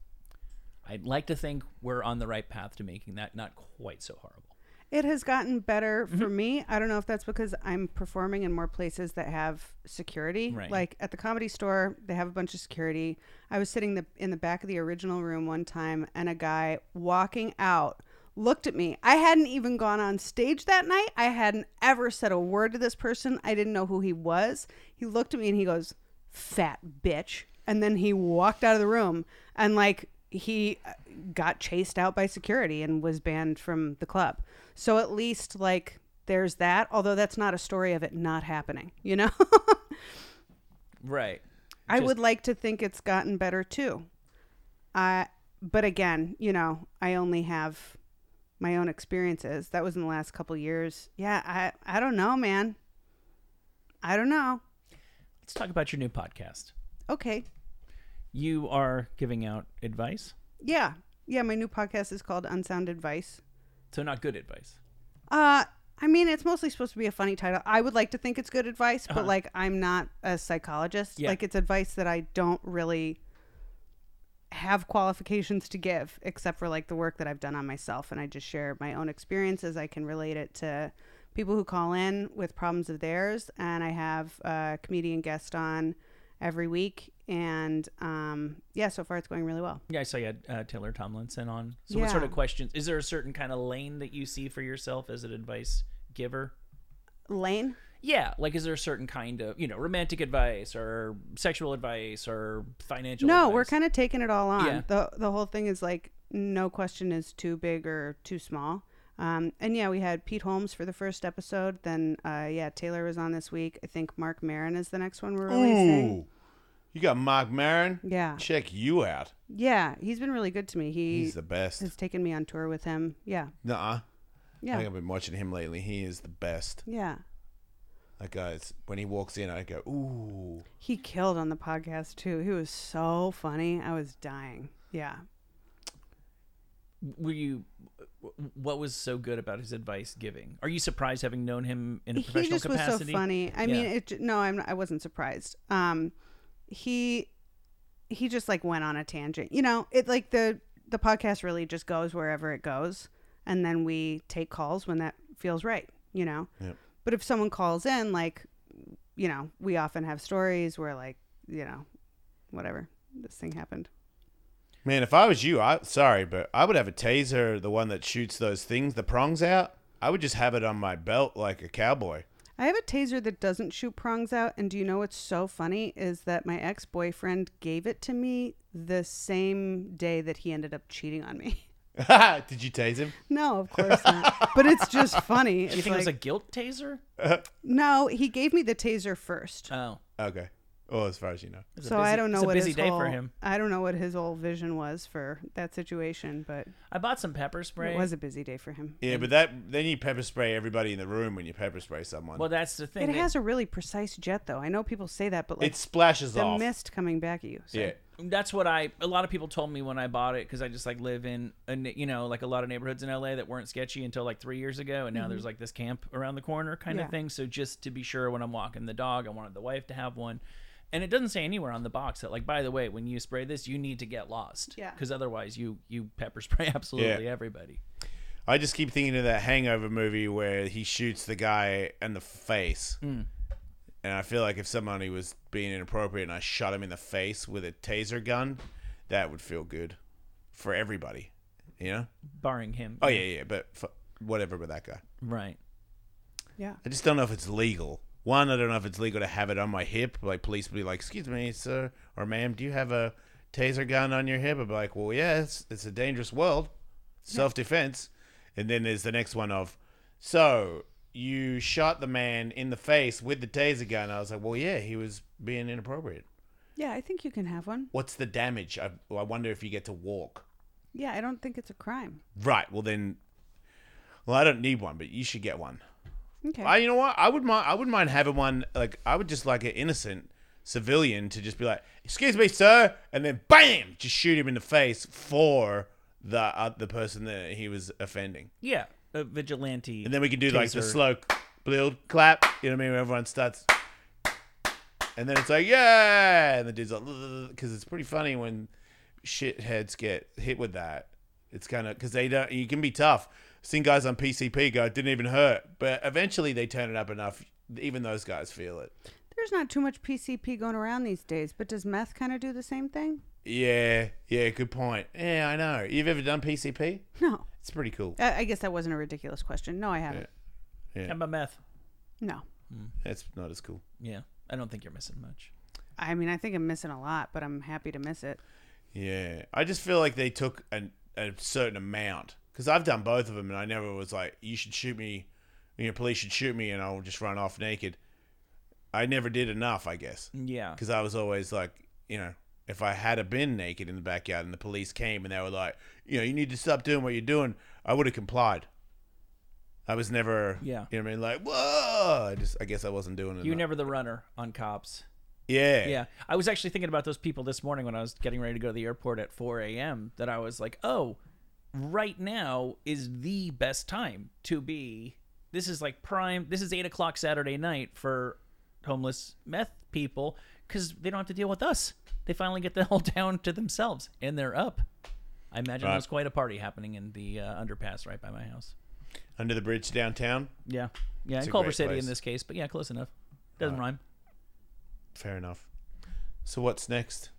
Speaker 4: I'd like to think we're on the right path to making that not quite so horrible.
Speaker 2: It has gotten better for
Speaker 1: Mm-hmm.
Speaker 2: me. I don't know if that's because I'm performing in more places that have security.
Speaker 4: Right.
Speaker 2: Like at the comedy store, they have a bunch of security. I was sitting the, in the back of the original room one time, and a guy walking out looked at me. I hadn't even gone on stage that night. I hadn't ever said a word to this person. I didn't know who he was. He looked at me and he goes, "Fat bitch," and then he walked out of the room and like he uh, got chased out by security and was banned from the club. So at least like there's that, although that's not a story of it not happening, you know?
Speaker 4: Right.
Speaker 2: I
Speaker 4: Just-
Speaker 2: would like to think it's gotten better too. Uh but again, you know, I only have my own experiences. That was in the last couple years. Yeah, I I don't know, man. I don't know.
Speaker 4: Let's talk about your new podcast.
Speaker 2: Okay.
Speaker 4: You are giving out advice,
Speaker 2: Yeah. Yeah, my new podcast is called Unsound Advice.
Speaker 4: so not good advice.
Speaker 2: Uh, I mean, it's mostly supposed to be a funny title. I would like to think it's good advice, but like, I'm not a psychologist.
Speaker 4: Yeah.
Speaker 2: Like, it's advice that I don't really have qualifications to give except for like the work that I've done on myself and I just share my own experiences. I can relate it to people who call in with problems of theirs and I have a comedian guest on every week and um yeah, so far it's going really well.
Speaker 4: Yeah, I saw you had uh, Taylor Tomlinson on. So, what
Speaker 2: Yeah.
Speaker 4: sort of questions? Is there a certain kind of lane that you see for yourself as an advice giver?
Speaker 2: Lane?
Speaker 4: Yeah, like is there a certain kind of you know romantic advice or sexual advice or financial?
Speaker 2: No,
Speaker 4: advice?
Speaker 2: we're kind of taking it all on.
Speaker 4: Yeah.
Speaker 2: The the whole thing is like no question is too big or too small. Um, and yeah, we had Pete Holmes for the first episode. Then uh, yeah, Taylor was on this week. I think Mark Marin is the next one we're releasing.
Speaker 1: Ooh, you got Mark Maron.
Speaker 2: Yeah,
Speaker 1: Check you out.
Speaker 2: yeah, he's been really good to me. He
Speaker 1: He's the best.
Speaker 2: has taken me on tour with him. Yeah,
Speaker 1: Nuh-uh. I think
Speaker 2: yeah,
Speaker 1: I've been watching him lately. He is the best.
Speaker 2: yeah.
Speaker 1: That guy's when he walks in, I go, ooh.
Speaker 2: He killed on the podcast too. He was so funny. I was dying. Yeah.
Speaker 4: Were you? What was so good about his advice giving? Are you surprised having known him in a professional
Speaker 2: he just
Speaker 4: capacity?
Speaker 2: was so funny. I mean, it, j- no, I'm not, I wasn't surprised. Um, he he just like went on a tangent. You know, it like the the podcast really just goes wherever it goes, and then we take calls when that feels right. You know,
Speaker 1: Yep.
Speaker 2: but if someone calls in, like, you know, we often have stories where like, you know, whatever this thing happened.
Speaker 1: Man, if I was you, I sorry, but I would have a taser, the one that shoots those things, the prongs out. I would just have it on my belt like a cowboy.
Speaker 2: I have a taser that doesn't shoot prongs out. And do you know what's so funny is that my ex boyfriend gave it to me the same day that he ended up cheating on me.
Speaker 1: Did you tase him?
Speaker 2: No, of course not. but it's just funny.
Speaker 4: You
Speaker 2: It's
Speaker 4: think it was a
Speaker 2: like,
Speaker 4: guilt taser?
Speaker 2: no, he gave me the taser first.
Speaker 4: Oh,
Speaker 1: Okay. Well, as far as you know.
Speaker 4: It's a
Speaker 2: So
Speaker 4: busy-
Speaker 2: I don't know
Speaker 4: it's a
Speaker 2: what
Speaker 4: busy
Speaker 2: his
Speaker 4: day for
Speaker 2: whole-
Speaker 4: him.
Speaker 2: I don't know what his whole vision was for that situation, but
Speaker 4: I bought some pepper spray.
Speaker 2: it was a busy day for him.
Speaker 1: Yeah, but that then you pepper spray everybody in the room when you pepper spray someone.
Speaker 4: well, that's the thing.
Speaker 2: It
Speaker 4: that-
Speaker 2: has a really precise jet, though. I know people say that, but like
Speaker 1: it splashes
Speaker 2: the
Speaker 1: off.
Speaker 2: mist coming back at you. So.
Speaker 1: yeah.
Speaker 4: that's what I. A lot of people told me when I bought it because I just like live in, a, ne- you know, like a lot of neighborhoods in LA that weren't sketchy until like three years ago, and now there's like this camp around the corner kind
Speaker 2: Mm-hmm. Yeah.
Speaker 4: of thing. So just to be sure, when I'm walking the dog, I wanted the wife to have one, and it doesn't say anywhere on the box that like, by the way, when you spray this, you need to get lost,
Speaker 2: Yeah.
Speaker 4: because otherwise you you pepper spray absolutely everybody.
Speaker 1: I just keep thinking of that Hangover movie where he shoots the guy in the face. And I feel like if somebody was being inappropriate and I shot him in the face with a taser gun, that would feel good for everybody. You know?
Speaker 4: barring him.
Speaker 1: Oh, yeah, yeah, but f whatever with that guy.
Speaker 4: right.
Speaker 2: Yeah.
Speaker 1: I just don't know if it's legal. One, I don't know if it's legal to have it on my hip. Like, police would be like, excuse me, sir or ma'am, do you have a taser gun on your hip? I'd be like, well, yes, it's a dangerous world, self defense. And then there's the next one of, so you shot the man in the face with the taser gun. I was like, well, yeah, he was being inappropriate.
Speaker 2: Yeah, I think you can have one.
Speaker 1: What's the damage? I, I wonder if you get to walk.
Speaker 2: Yeah, I don't think it's a crime.
Speaker 1: Right. Well, then, well, I don't need one, but you should get one.
Speaker 2: Okay.
Speaker 1: I, you know what? I would mind. I wouldn't mind having one. Like I would just like an innocent civilian to just be like, "Excuse me, sir," and then bam, just shoot him in the face for the uh, the person that he was offending.
Speaker 4: Yeah. A vigilante.
Speaker 1: And then we can do like the
Speaker 4: Taser.
Speaker 1: slow build clap. You know what I mean? Where everyone starts. And then it's like, yeah, and the dude's like, because it's pretty funny when shitheads get hit with that. It's kind of because they don't. You can be tough. Seen guys on PCP go, it didn't even hurt, but eventually they turn it up enough. Even those guys feel it.
Speaker 2: There's not too much PCP going around these days, but does meth kind of do the same thing?
Speaker 1: Yeah, yeah, good point. Yeah, I know. You've ever done PCP?
Speaker 2: No.
Speaker 1: It's pretty cool.
Speaker 2: I, I guess that wasn't a ridiculous question. No, I haven't.
Speaker 4: I'm a meth.
Speaker 2: No.
Speaker 1: It's not as cool.
Speaker 4: Yeah. I don't think you're missing much.
Speaker 2: I mean, I think I'm missing a lot, but I'm happy to miss it.
Speaker 1: Yeah, I just feel like they took an, a certain amount because I've done both of them, and I never was like, "You should shoot me," you know, police should shoot me, and I'll just run off naked. I never did enough, I guess,
Speaker 4: Yeah.
Speaker 1: because I was always like, you know, if I had a been naked in the backyard and the police came and they were like, you know, you need to stop doing what you're doing, I would have complied. I was never,
Speaker 4: Yeah.
Speaker 1: you know, what I mean, like, whoa, I just, I guess I wasn't doing it.
Speaker 4: You were
Speaker 1: enough.
Speaker 4: never the runner on cops.
Speaker 1: yeah,
Speaker 4: Yeah. I was actually thinking about those people this morning when I was getting ready to go to the airport at 4 a.m. that I was like, oh, right now is the best time to be. This is like prime. This is 8 o'clock Saturday night for homeless meth people because they don't have to deal with us. They finally get the whole town to themselves, and they're up. I imagine
Speaker 1: Right.
Speaker 4: there's quite a party happening in the uh, underpass right by my house.
Speaker 1: Under the bridge downtown.
Speaker 4: Yeah, yeah,
Speaker 1: It's
Speaker 4: in
Speaker 1: a
Speaker 4: Culver
Speaker 1: great
Speaker 4: City
Speaker 1: place. Uh,
Speaker 4: in this case, but yeah, close enough. Doesn't rhyme.
Speaker 1: Fair enough. So what's next?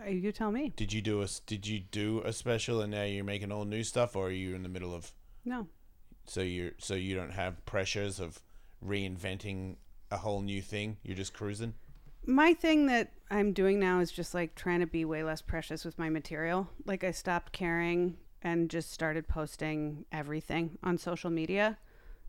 Speaker 2: Uh, you tell me.
Speaker 1: Did you do a s- Did you do a special and now you're making all new stuff, or are you in the middle of
Speaker 2: No.
Speaker 1: so you're so you don't have pressures of reinventing a whole new thing? You're just cruising.
Speaker 2: my thing that I'm doing now is just like trying to be way less precious with my material. Like I stopped caring and just started posting everything on social media.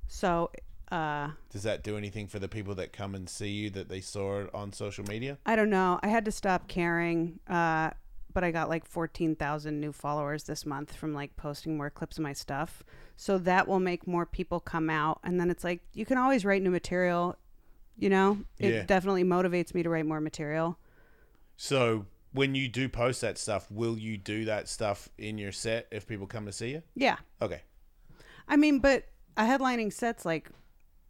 Speaker 2: So uh,
Speaker 1: Does that do anything for the people that come and see you that they saw it on social media?
Speaker 2: I don't know. I had to stop caring, uh, but I got like 14,000 new followers this month from like posting more clips of my stuff. So that will make more people come out. And then it's like, you can always write new material, you know? It
Speaker 1: Yeah.
Speaker 2: definitely motivates me to write more material.
Speaker 1: So when you do post that stuff, will you do that stuff in your set if people come to see you?
Speaker 2: Yeah.
Speaker 1: Okay.
Speaker 2: I mean, but a headlining set's like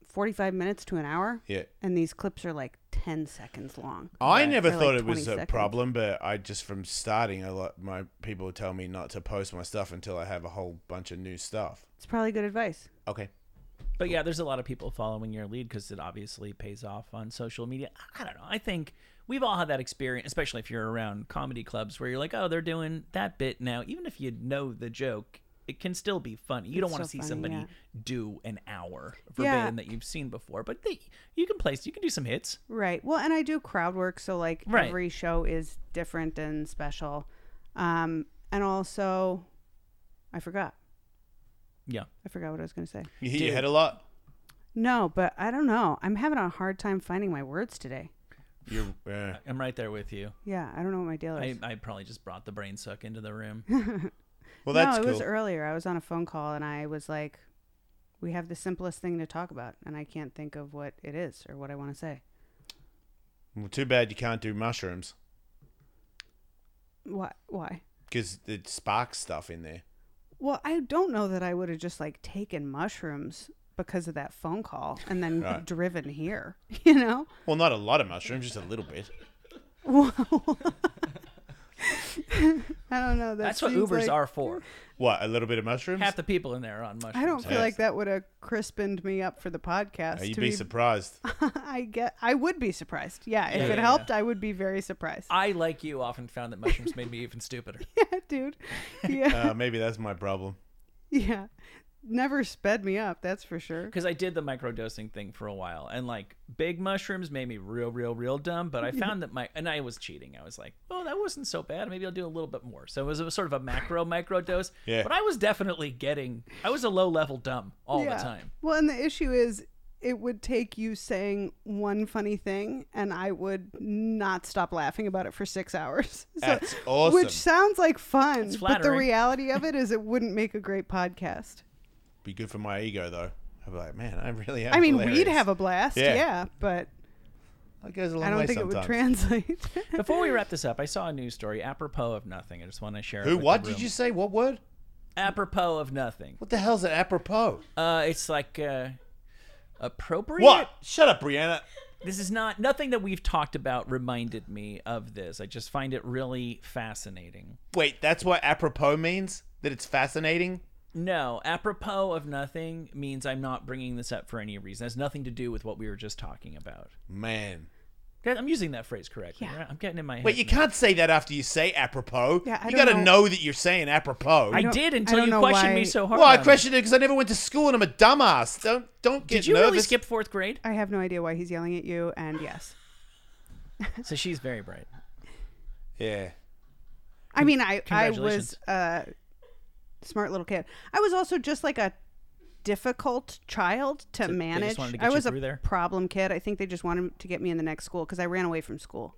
Speaker 2: 45 minutes to an hour,
Speaker 1: Yeah.
Speaker 2: and these clips are like 10 seconds long.
Speaker 1: I never
Speaker 2: Or like
Speaker 1: thought it was
Speaker 2: 20
Speaker 1: a
Speaker 2: seconds.
Speaker 1: problem, but I just from starting a lot my people tell me not to post my stuff until I have a whole bunch of new stuff.
Speaker 2: It's probably good advice.
Speaker 1: Okay.
Speaker 4: But yeah, there's a lot of people following your lead because it obviously pays off on social media. I don't know. I think we've all had that experience, especially if you're around comedy clubs where you're like, oh, they're doing that bit now. Even if you know the joke, it can still be funny. You don't
Speaker 2: It's
Speaker 4: want to
Speaker 2: so
Speaker 4: see
Speaker 2: funny,
Speaker 4: somebody
Speaker 2: yeah.
Speaker 4: do an hour
Speaker 2: Yeah.
Speaker 4: verbatim that you've seen before, but they, you can place, you can do some hits.
Speaker 2: Right. Well, and I do crowd work, so like
Speaker 4: Right.
Speaker 2: every show is different and special. Um, and also, I forgot.
Speaker 4: Yeah.
Speaker 2: I forgot what I was going to say.
Speaker 1: You hit your head a lot.
Speaker 2: No, but I don't know. I'm having a hard time finding my words today.
Speaker 1: You're uh,
Speaker 4: I'm right there with you.
Speaker 2: Yeah, I don't know what my deal
Speaker 4: I,
Speaker 2: is.
Speaker 4: I probably just brought the brain suck into the room.
Speaker 1: well. That's
Speaker 2: no, it
Speaker 1: cool.
Speaker 2: was earlier. I was on a phone call and I was like, we have the simplest thing to talk about, and I can't think of what it is or what I want to say.
Speaker 1: Well, too bad you can't do mushrooms
Speaker 2: Why? Why?
Speaker 1: because it sparks stuff in there.
Speaker 2: Well, I don't know that I would have just like taken mushrooms because of that phone call and then
Speaker 1: Right.
Speaker 2: driven here. You know?
Speaker 1: Well, not a lot of mushrooms, just a little bit.
Speaker 2: Wow. I don't know. That
Speaker 4: That's what
Speaker 2: seems
Speaker 4: Ubers
Speaker 2: like-
Speaker 4: are for.
Speaker 1: What? A little bit of mushrooms?
Speaker 4: Half the people in there are on mushrooms.
Speaker 2: I don't feel
Speaker 1: Yes.
Speaker 2: like that would have crispened me up for the podcast.
Speaker 1: Uh, you'd
Speaker 2: to
Speaker 1: be, surprised.
Speaker 2: I get. I would be surprised. Yeah, if
Speaker 4: Yeah,
Speaker 2: it
Speaker 4: yeah,
Speaker 2: helped, I would be very surprised.
Speaker 4: I, like you, often found that mushrooms made me even stupider.
Speaker 2: yeah, dude. Yeah,
Speaker 1: Uh, maybe that's my problem.
Speaker 2: yeah. Never sped me up. That's for sure.
Speaker 4: because I did the microdosing thing for a while, and like big mushrooms made me real, real, real dumb. But I found that my and I was cheating. I was like, oh, that wasn't so bad. Maybe I'll do a little bit more. So it was, a sort of a macro micro dose.
Speaker 1: Yeah.
Speaker 4: But I was definitely getting. I was a low level dumb all
Speaker 2: yeah.
Speaker 4: the time.
Speaker 2: Well, and the issue is, it would take you saying one funny thing, and I would not stop laughing about it for six hours. So,
Speaker 1: That's awesome.
Speaker 2: Which sounds like fun,
Speaker 4: It's
Speaker 2: but the
Speaker 4: flattering.
Speaker 2: reality of it is, it wouldn't make a great podcast.
Speaker 1: Be good for my ego though. I'd be like, man, I really am.
Speaker 2: I mean,
Speaker 1: hilarious.
Speaker 2: we'd have a blast,
Speaker 1: Yeah.
Speaker 2: yeah, but
Speaker 1: That goes a long way
Speaker 2: I don't think it
Speaker 1: sometimes.
Speaker 2: would translate.
Speaker 4: Before we wrap this up, I saw a news story apropos of nothing. I just want to share. it
Speaker 1: Who?
Speaker 4: with
Speaker 1: What
Speaker 4: the
Speaker 1: did
Speaker 4: room.
Speaker 1: you say? What word?
Speaker 4: Apropos of nothing.
Speaker 1: What the hell's an apropos?
Speaker 4: Uh, it's like uh, appropriate.
Speaker 1: What? Shut up, Brianna.
Speaker 4: this is not nothing that we've talked about reminded me of this i just find it really fascinating
Speaker 1: Wait, that's what apropos means? That it's fascinating?
Speaker 4: no apropos of nothing means i'm not bringing this up for any reason it has nothing to do with what we were just talking about
Speaker 1: Man.
Speaker 4: Okay, i'm using that phrase correctly right? i'm getting in my head
Speaker 1: Wait, you
Speaker 4: now.
Speaker 1: can't say that after you say apropos.
Speaker 2: Yeah, I
Speaker 1: you
Speaker 2: don't
Speaker 1: gotta
Speaker 2: know.
Speaker 1: know. that you're saying apropos.
Speaker 4: i
Speaker 2: don't-
Speaker 4: did
Speaker 2: I
Speaker 4: until
Speaker 2: don't
Speaker 4: you
Speaker 2: know
Speaker 4: questioned
Speaker 2: why-
Speaker 4: me so hard
Speaker 1: well, I
Speaker 4: on it.
Speaker 1: questioned it because I never went to school and I'm a dumbass. Don't don't get
Speaker 4: did you
Speaker 1: nervous.
Speaker 4: really skip fourth grade
Speaker 2: I have no idea why he's yelling at you, and yes.
Speaker 4: so she's very bright
Speaker 1: Yeah.
Speaker 2: I mean, I I was
Speaker 4: Congratulations.
Speaker 2: a smart little kid. I was also just like a difficult child to
Speaker 4: just
Speaker 2: manage.
Speaker 4: wanted to get
Speaker 2: I
Speaker 4: you
Speaker 2: was a
Speaker 4: through there.
Speaker 2: problem kid. I think they just wanted to get me in the next school because I ran away from school.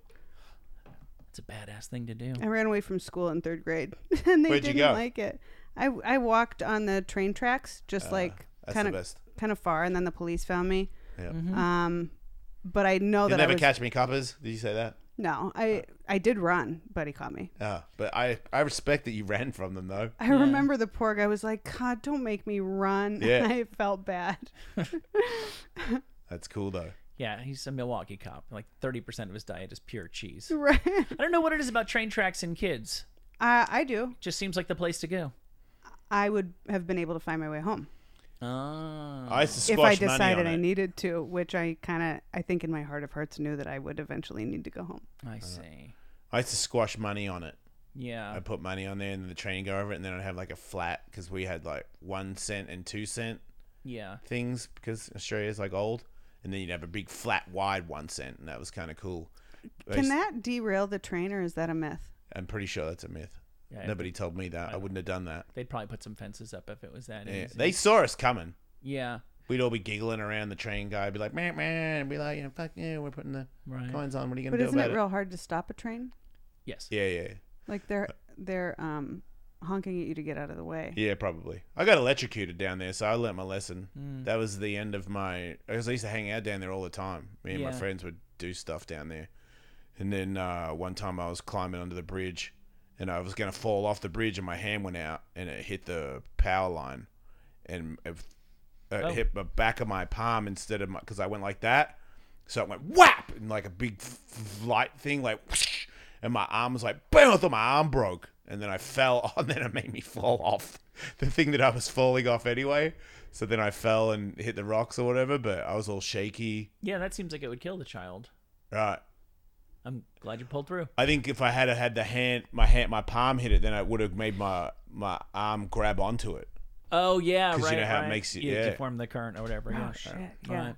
Speaker 4: it's a badass thing to do
Speaker 2: I ran away from school in third grade, and they
Speaker 1: Where'd you go?
Speaker 2: didn't like it. I I walked on the train tracks, just like
Speaker 1: Ah, that's
Speaker 2: kind
Speaker 1: the
Speaker 2: of
Speaker 1: best.
Speaker 2: kind of far, and then the police found me.
Speaker 1: Yeah.
Speaker 2: Um, but I know
Speaker 1: You'll
Speaker 2: that I
Speaker 1: never
Speaker 2: was
Speaker 1: catch Uh. me, coppers. Did you say that?
Speaker 2: no. I I did run, but he caught me.
Speaker 1: Uh, but I, I respect that you ran from them though.
Speaker 2: I remember the poor guy was like, God, don't make me run.
Speaker 1: Yeah.
Speaker 2: I felt bad.
Speaker 1: That's cool though.
Speaker 4: Yeah, he's a Milwaukee cop. Like 30% of his diet is pure cheese.
Speaker 2: Right.
Speaker 4: I don't know what it is about train tracks and kids.
Speaker 2: I, I do.
Speaker 4: Just seems like the place to go.
Speaker 2: I would have been able to find my way home
Speaker 4: Oh.
Speaker 1: I used to
Speaker 2: if I
Speaker 1: squash money on
Speaker 2: decided I
Speaker 1: it.
Speaker 2: needed to, which I kind of, I think in my heart of hearts knew that I would eventually need to go home.
Speaker 1: Uh,
Speaker 4: I see.
Speaker 1: I used to squash money on it.
Speaker 4: Yeah.
Speaker 1: I put money on there, and then the train go over it, and then I'd have like a flat because we had like one cent and two cent
Speaker 4: Yeah.
Speaker 1: things because Australia's like old, and then you'd have a big flat wide one cent, and that was kind of cool. I
Speaker 2: Can
Speaker 1: used-
Speaker 2: that derail the train or is that a myth?
Speaker 1: I'm pretty sure that's a myth.
Speaker 4: Yeah,
Speaker 1: Nobody told me that. I, wouldn't have done that.
Speaker 4: They'd probably put some fences up if it was that
Speaker 1: Yeah.
Speaker 4: easy.
Speaker 1: They saw us coming.
Speaker 4: yeah.
Speaker 1: We'd all be giggling around the train guy, be like, man, man, be like, you know, fuck yeah, we're putting the
Speaker 4: Right.
Speaker 1: coins on. What are you gonna
Speaker 2: But
Speaker 1: do
Speaker 2: isn't
Speaker 1: about
Speaker 2: it
Speaker 1: it?
Speaker 2: real hard to stop a train?
Speaker 4: Yes.
Speaker 1: Yeah, yeah,
Speaker 2: Like they're, they're, um, honking at you to get out of the way.
Speaker 1: Uh, yeah, probably. I got electrocuted down there, so I learnt my lesson.
Speaker 4: Hmm.
Speaker 1: That was the end of my. Because I used to hang out down there all the time. Me and my
Speaker 4: Yeah.
Speaker 1: friends would do stuff down there, and then uh, one time I was climbing under the bridge, and I was gonna fall off the bridge, and my hand went out, and it hit the power line, and it, it
Speaker 4: Oh.
Speaker 1: hit the back of my palm instead of my because I went like that, so it went whap and like a big f- f- light thing like, whoosh, and my arm was like bam, I thought my arm broke, and then I fell, and then it made me fall off the thing that I was falling off anyway. So then I fell and hit the rocks or whatever, but I was all shaky.
Speaker 4: Yeah, that seems like it would kill the child.
Speaker 1: Right.
Speaker 4: I'm glad you pulled through.
Speaker 1: I think if I had had the hand, my hand, my palm hit it, then I would have made my my arm grab onto it.
Speaker 4: Oh yeah,
Speaker 1: 'Cause
Speaker 4: right.
Speaker 1: you know how it
Speaker 4: right.
Speaker 1: makes you-
Speaker 4: You
Speaker 1: yeah.
Speaker 4: deform the current or whatever. yeah.
Speaker 2: Oh, shit,
Speaker 4: Right.
Speaker 2: yeah.
Speaker 4: Right.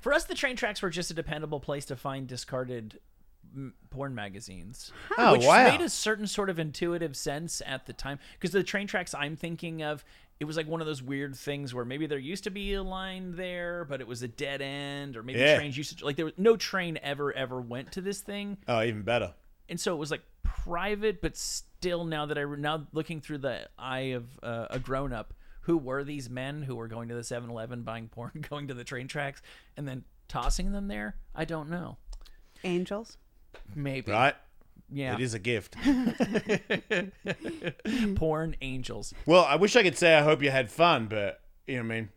Speaker 4: For us, the train tracks were just a dependable place to find discarded m- porn magazines,
Speaker 1: Oh,
Speaker 4: which
Speaker 1: wow.
Speaker 4: made a certain sort of intuitive sense at the time. Because the train tracks I'm thinking of, it was like one of those weird things where maybe there used to be a line there, but it was a dead end, or maybe
Speaker 1: Yeah.
Speaker 4: trains used to like there was no train ever ever went to this thing
Speaker 1: Oh, even better.
Speaker 4: and so it was like private, but still now that I re- now looking through the eye of uh, a grown up, who were these men who were going to the 7-Eleven, buying porn, going to the train tracks, and then tossing them there? I don't know.
Speaker 2: Angels.
Speaker 4: Maybe
Speaker 1: Right?
Speaker 4: Yeah,
Speaker 1: It is a gift.
Speaker 4: porn angels.
Speaker 1: well, I wish I could say I hope you had fun, but you know what I mean.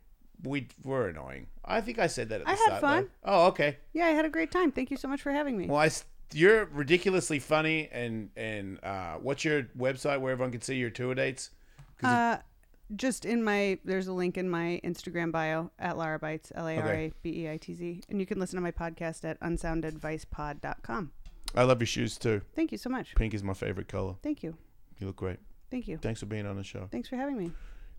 Speaker 1: We were annoying. I think I said that at the
Speaker 2: I had
Speaker 1: start. though.
Speaker 2: fun.
Speaker 1: Oh, okay.
Speaker 2: Yeah, I had a great time. Thank you so much for having me.
Speaker 1: Well, I s you're ridiculously funny, and and uh, what's your website where everyone can see your tour dates?
Speaker 2: Uh, just in my there's a link in my Instagram bio at Lara Bites L A R A B E I T Z, and you can listen to my podcast at unsoundadvicepod.com.
Speaker 1: I love your shoes too.
Speaker 2: Thank you so much.
Speaker 1: Pink is my favorite color.
Speaker 2: Thank you.
Speaker 1: You look great.
Speaker 2: Thank you.
Speaker 1: Thanks for being on the show.
Speaker 2: Thanks for having me.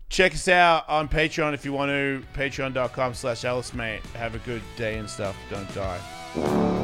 Speaker 1: check us out on patreon if you want to patreon.com slash alice mate have a good day and stuff don't die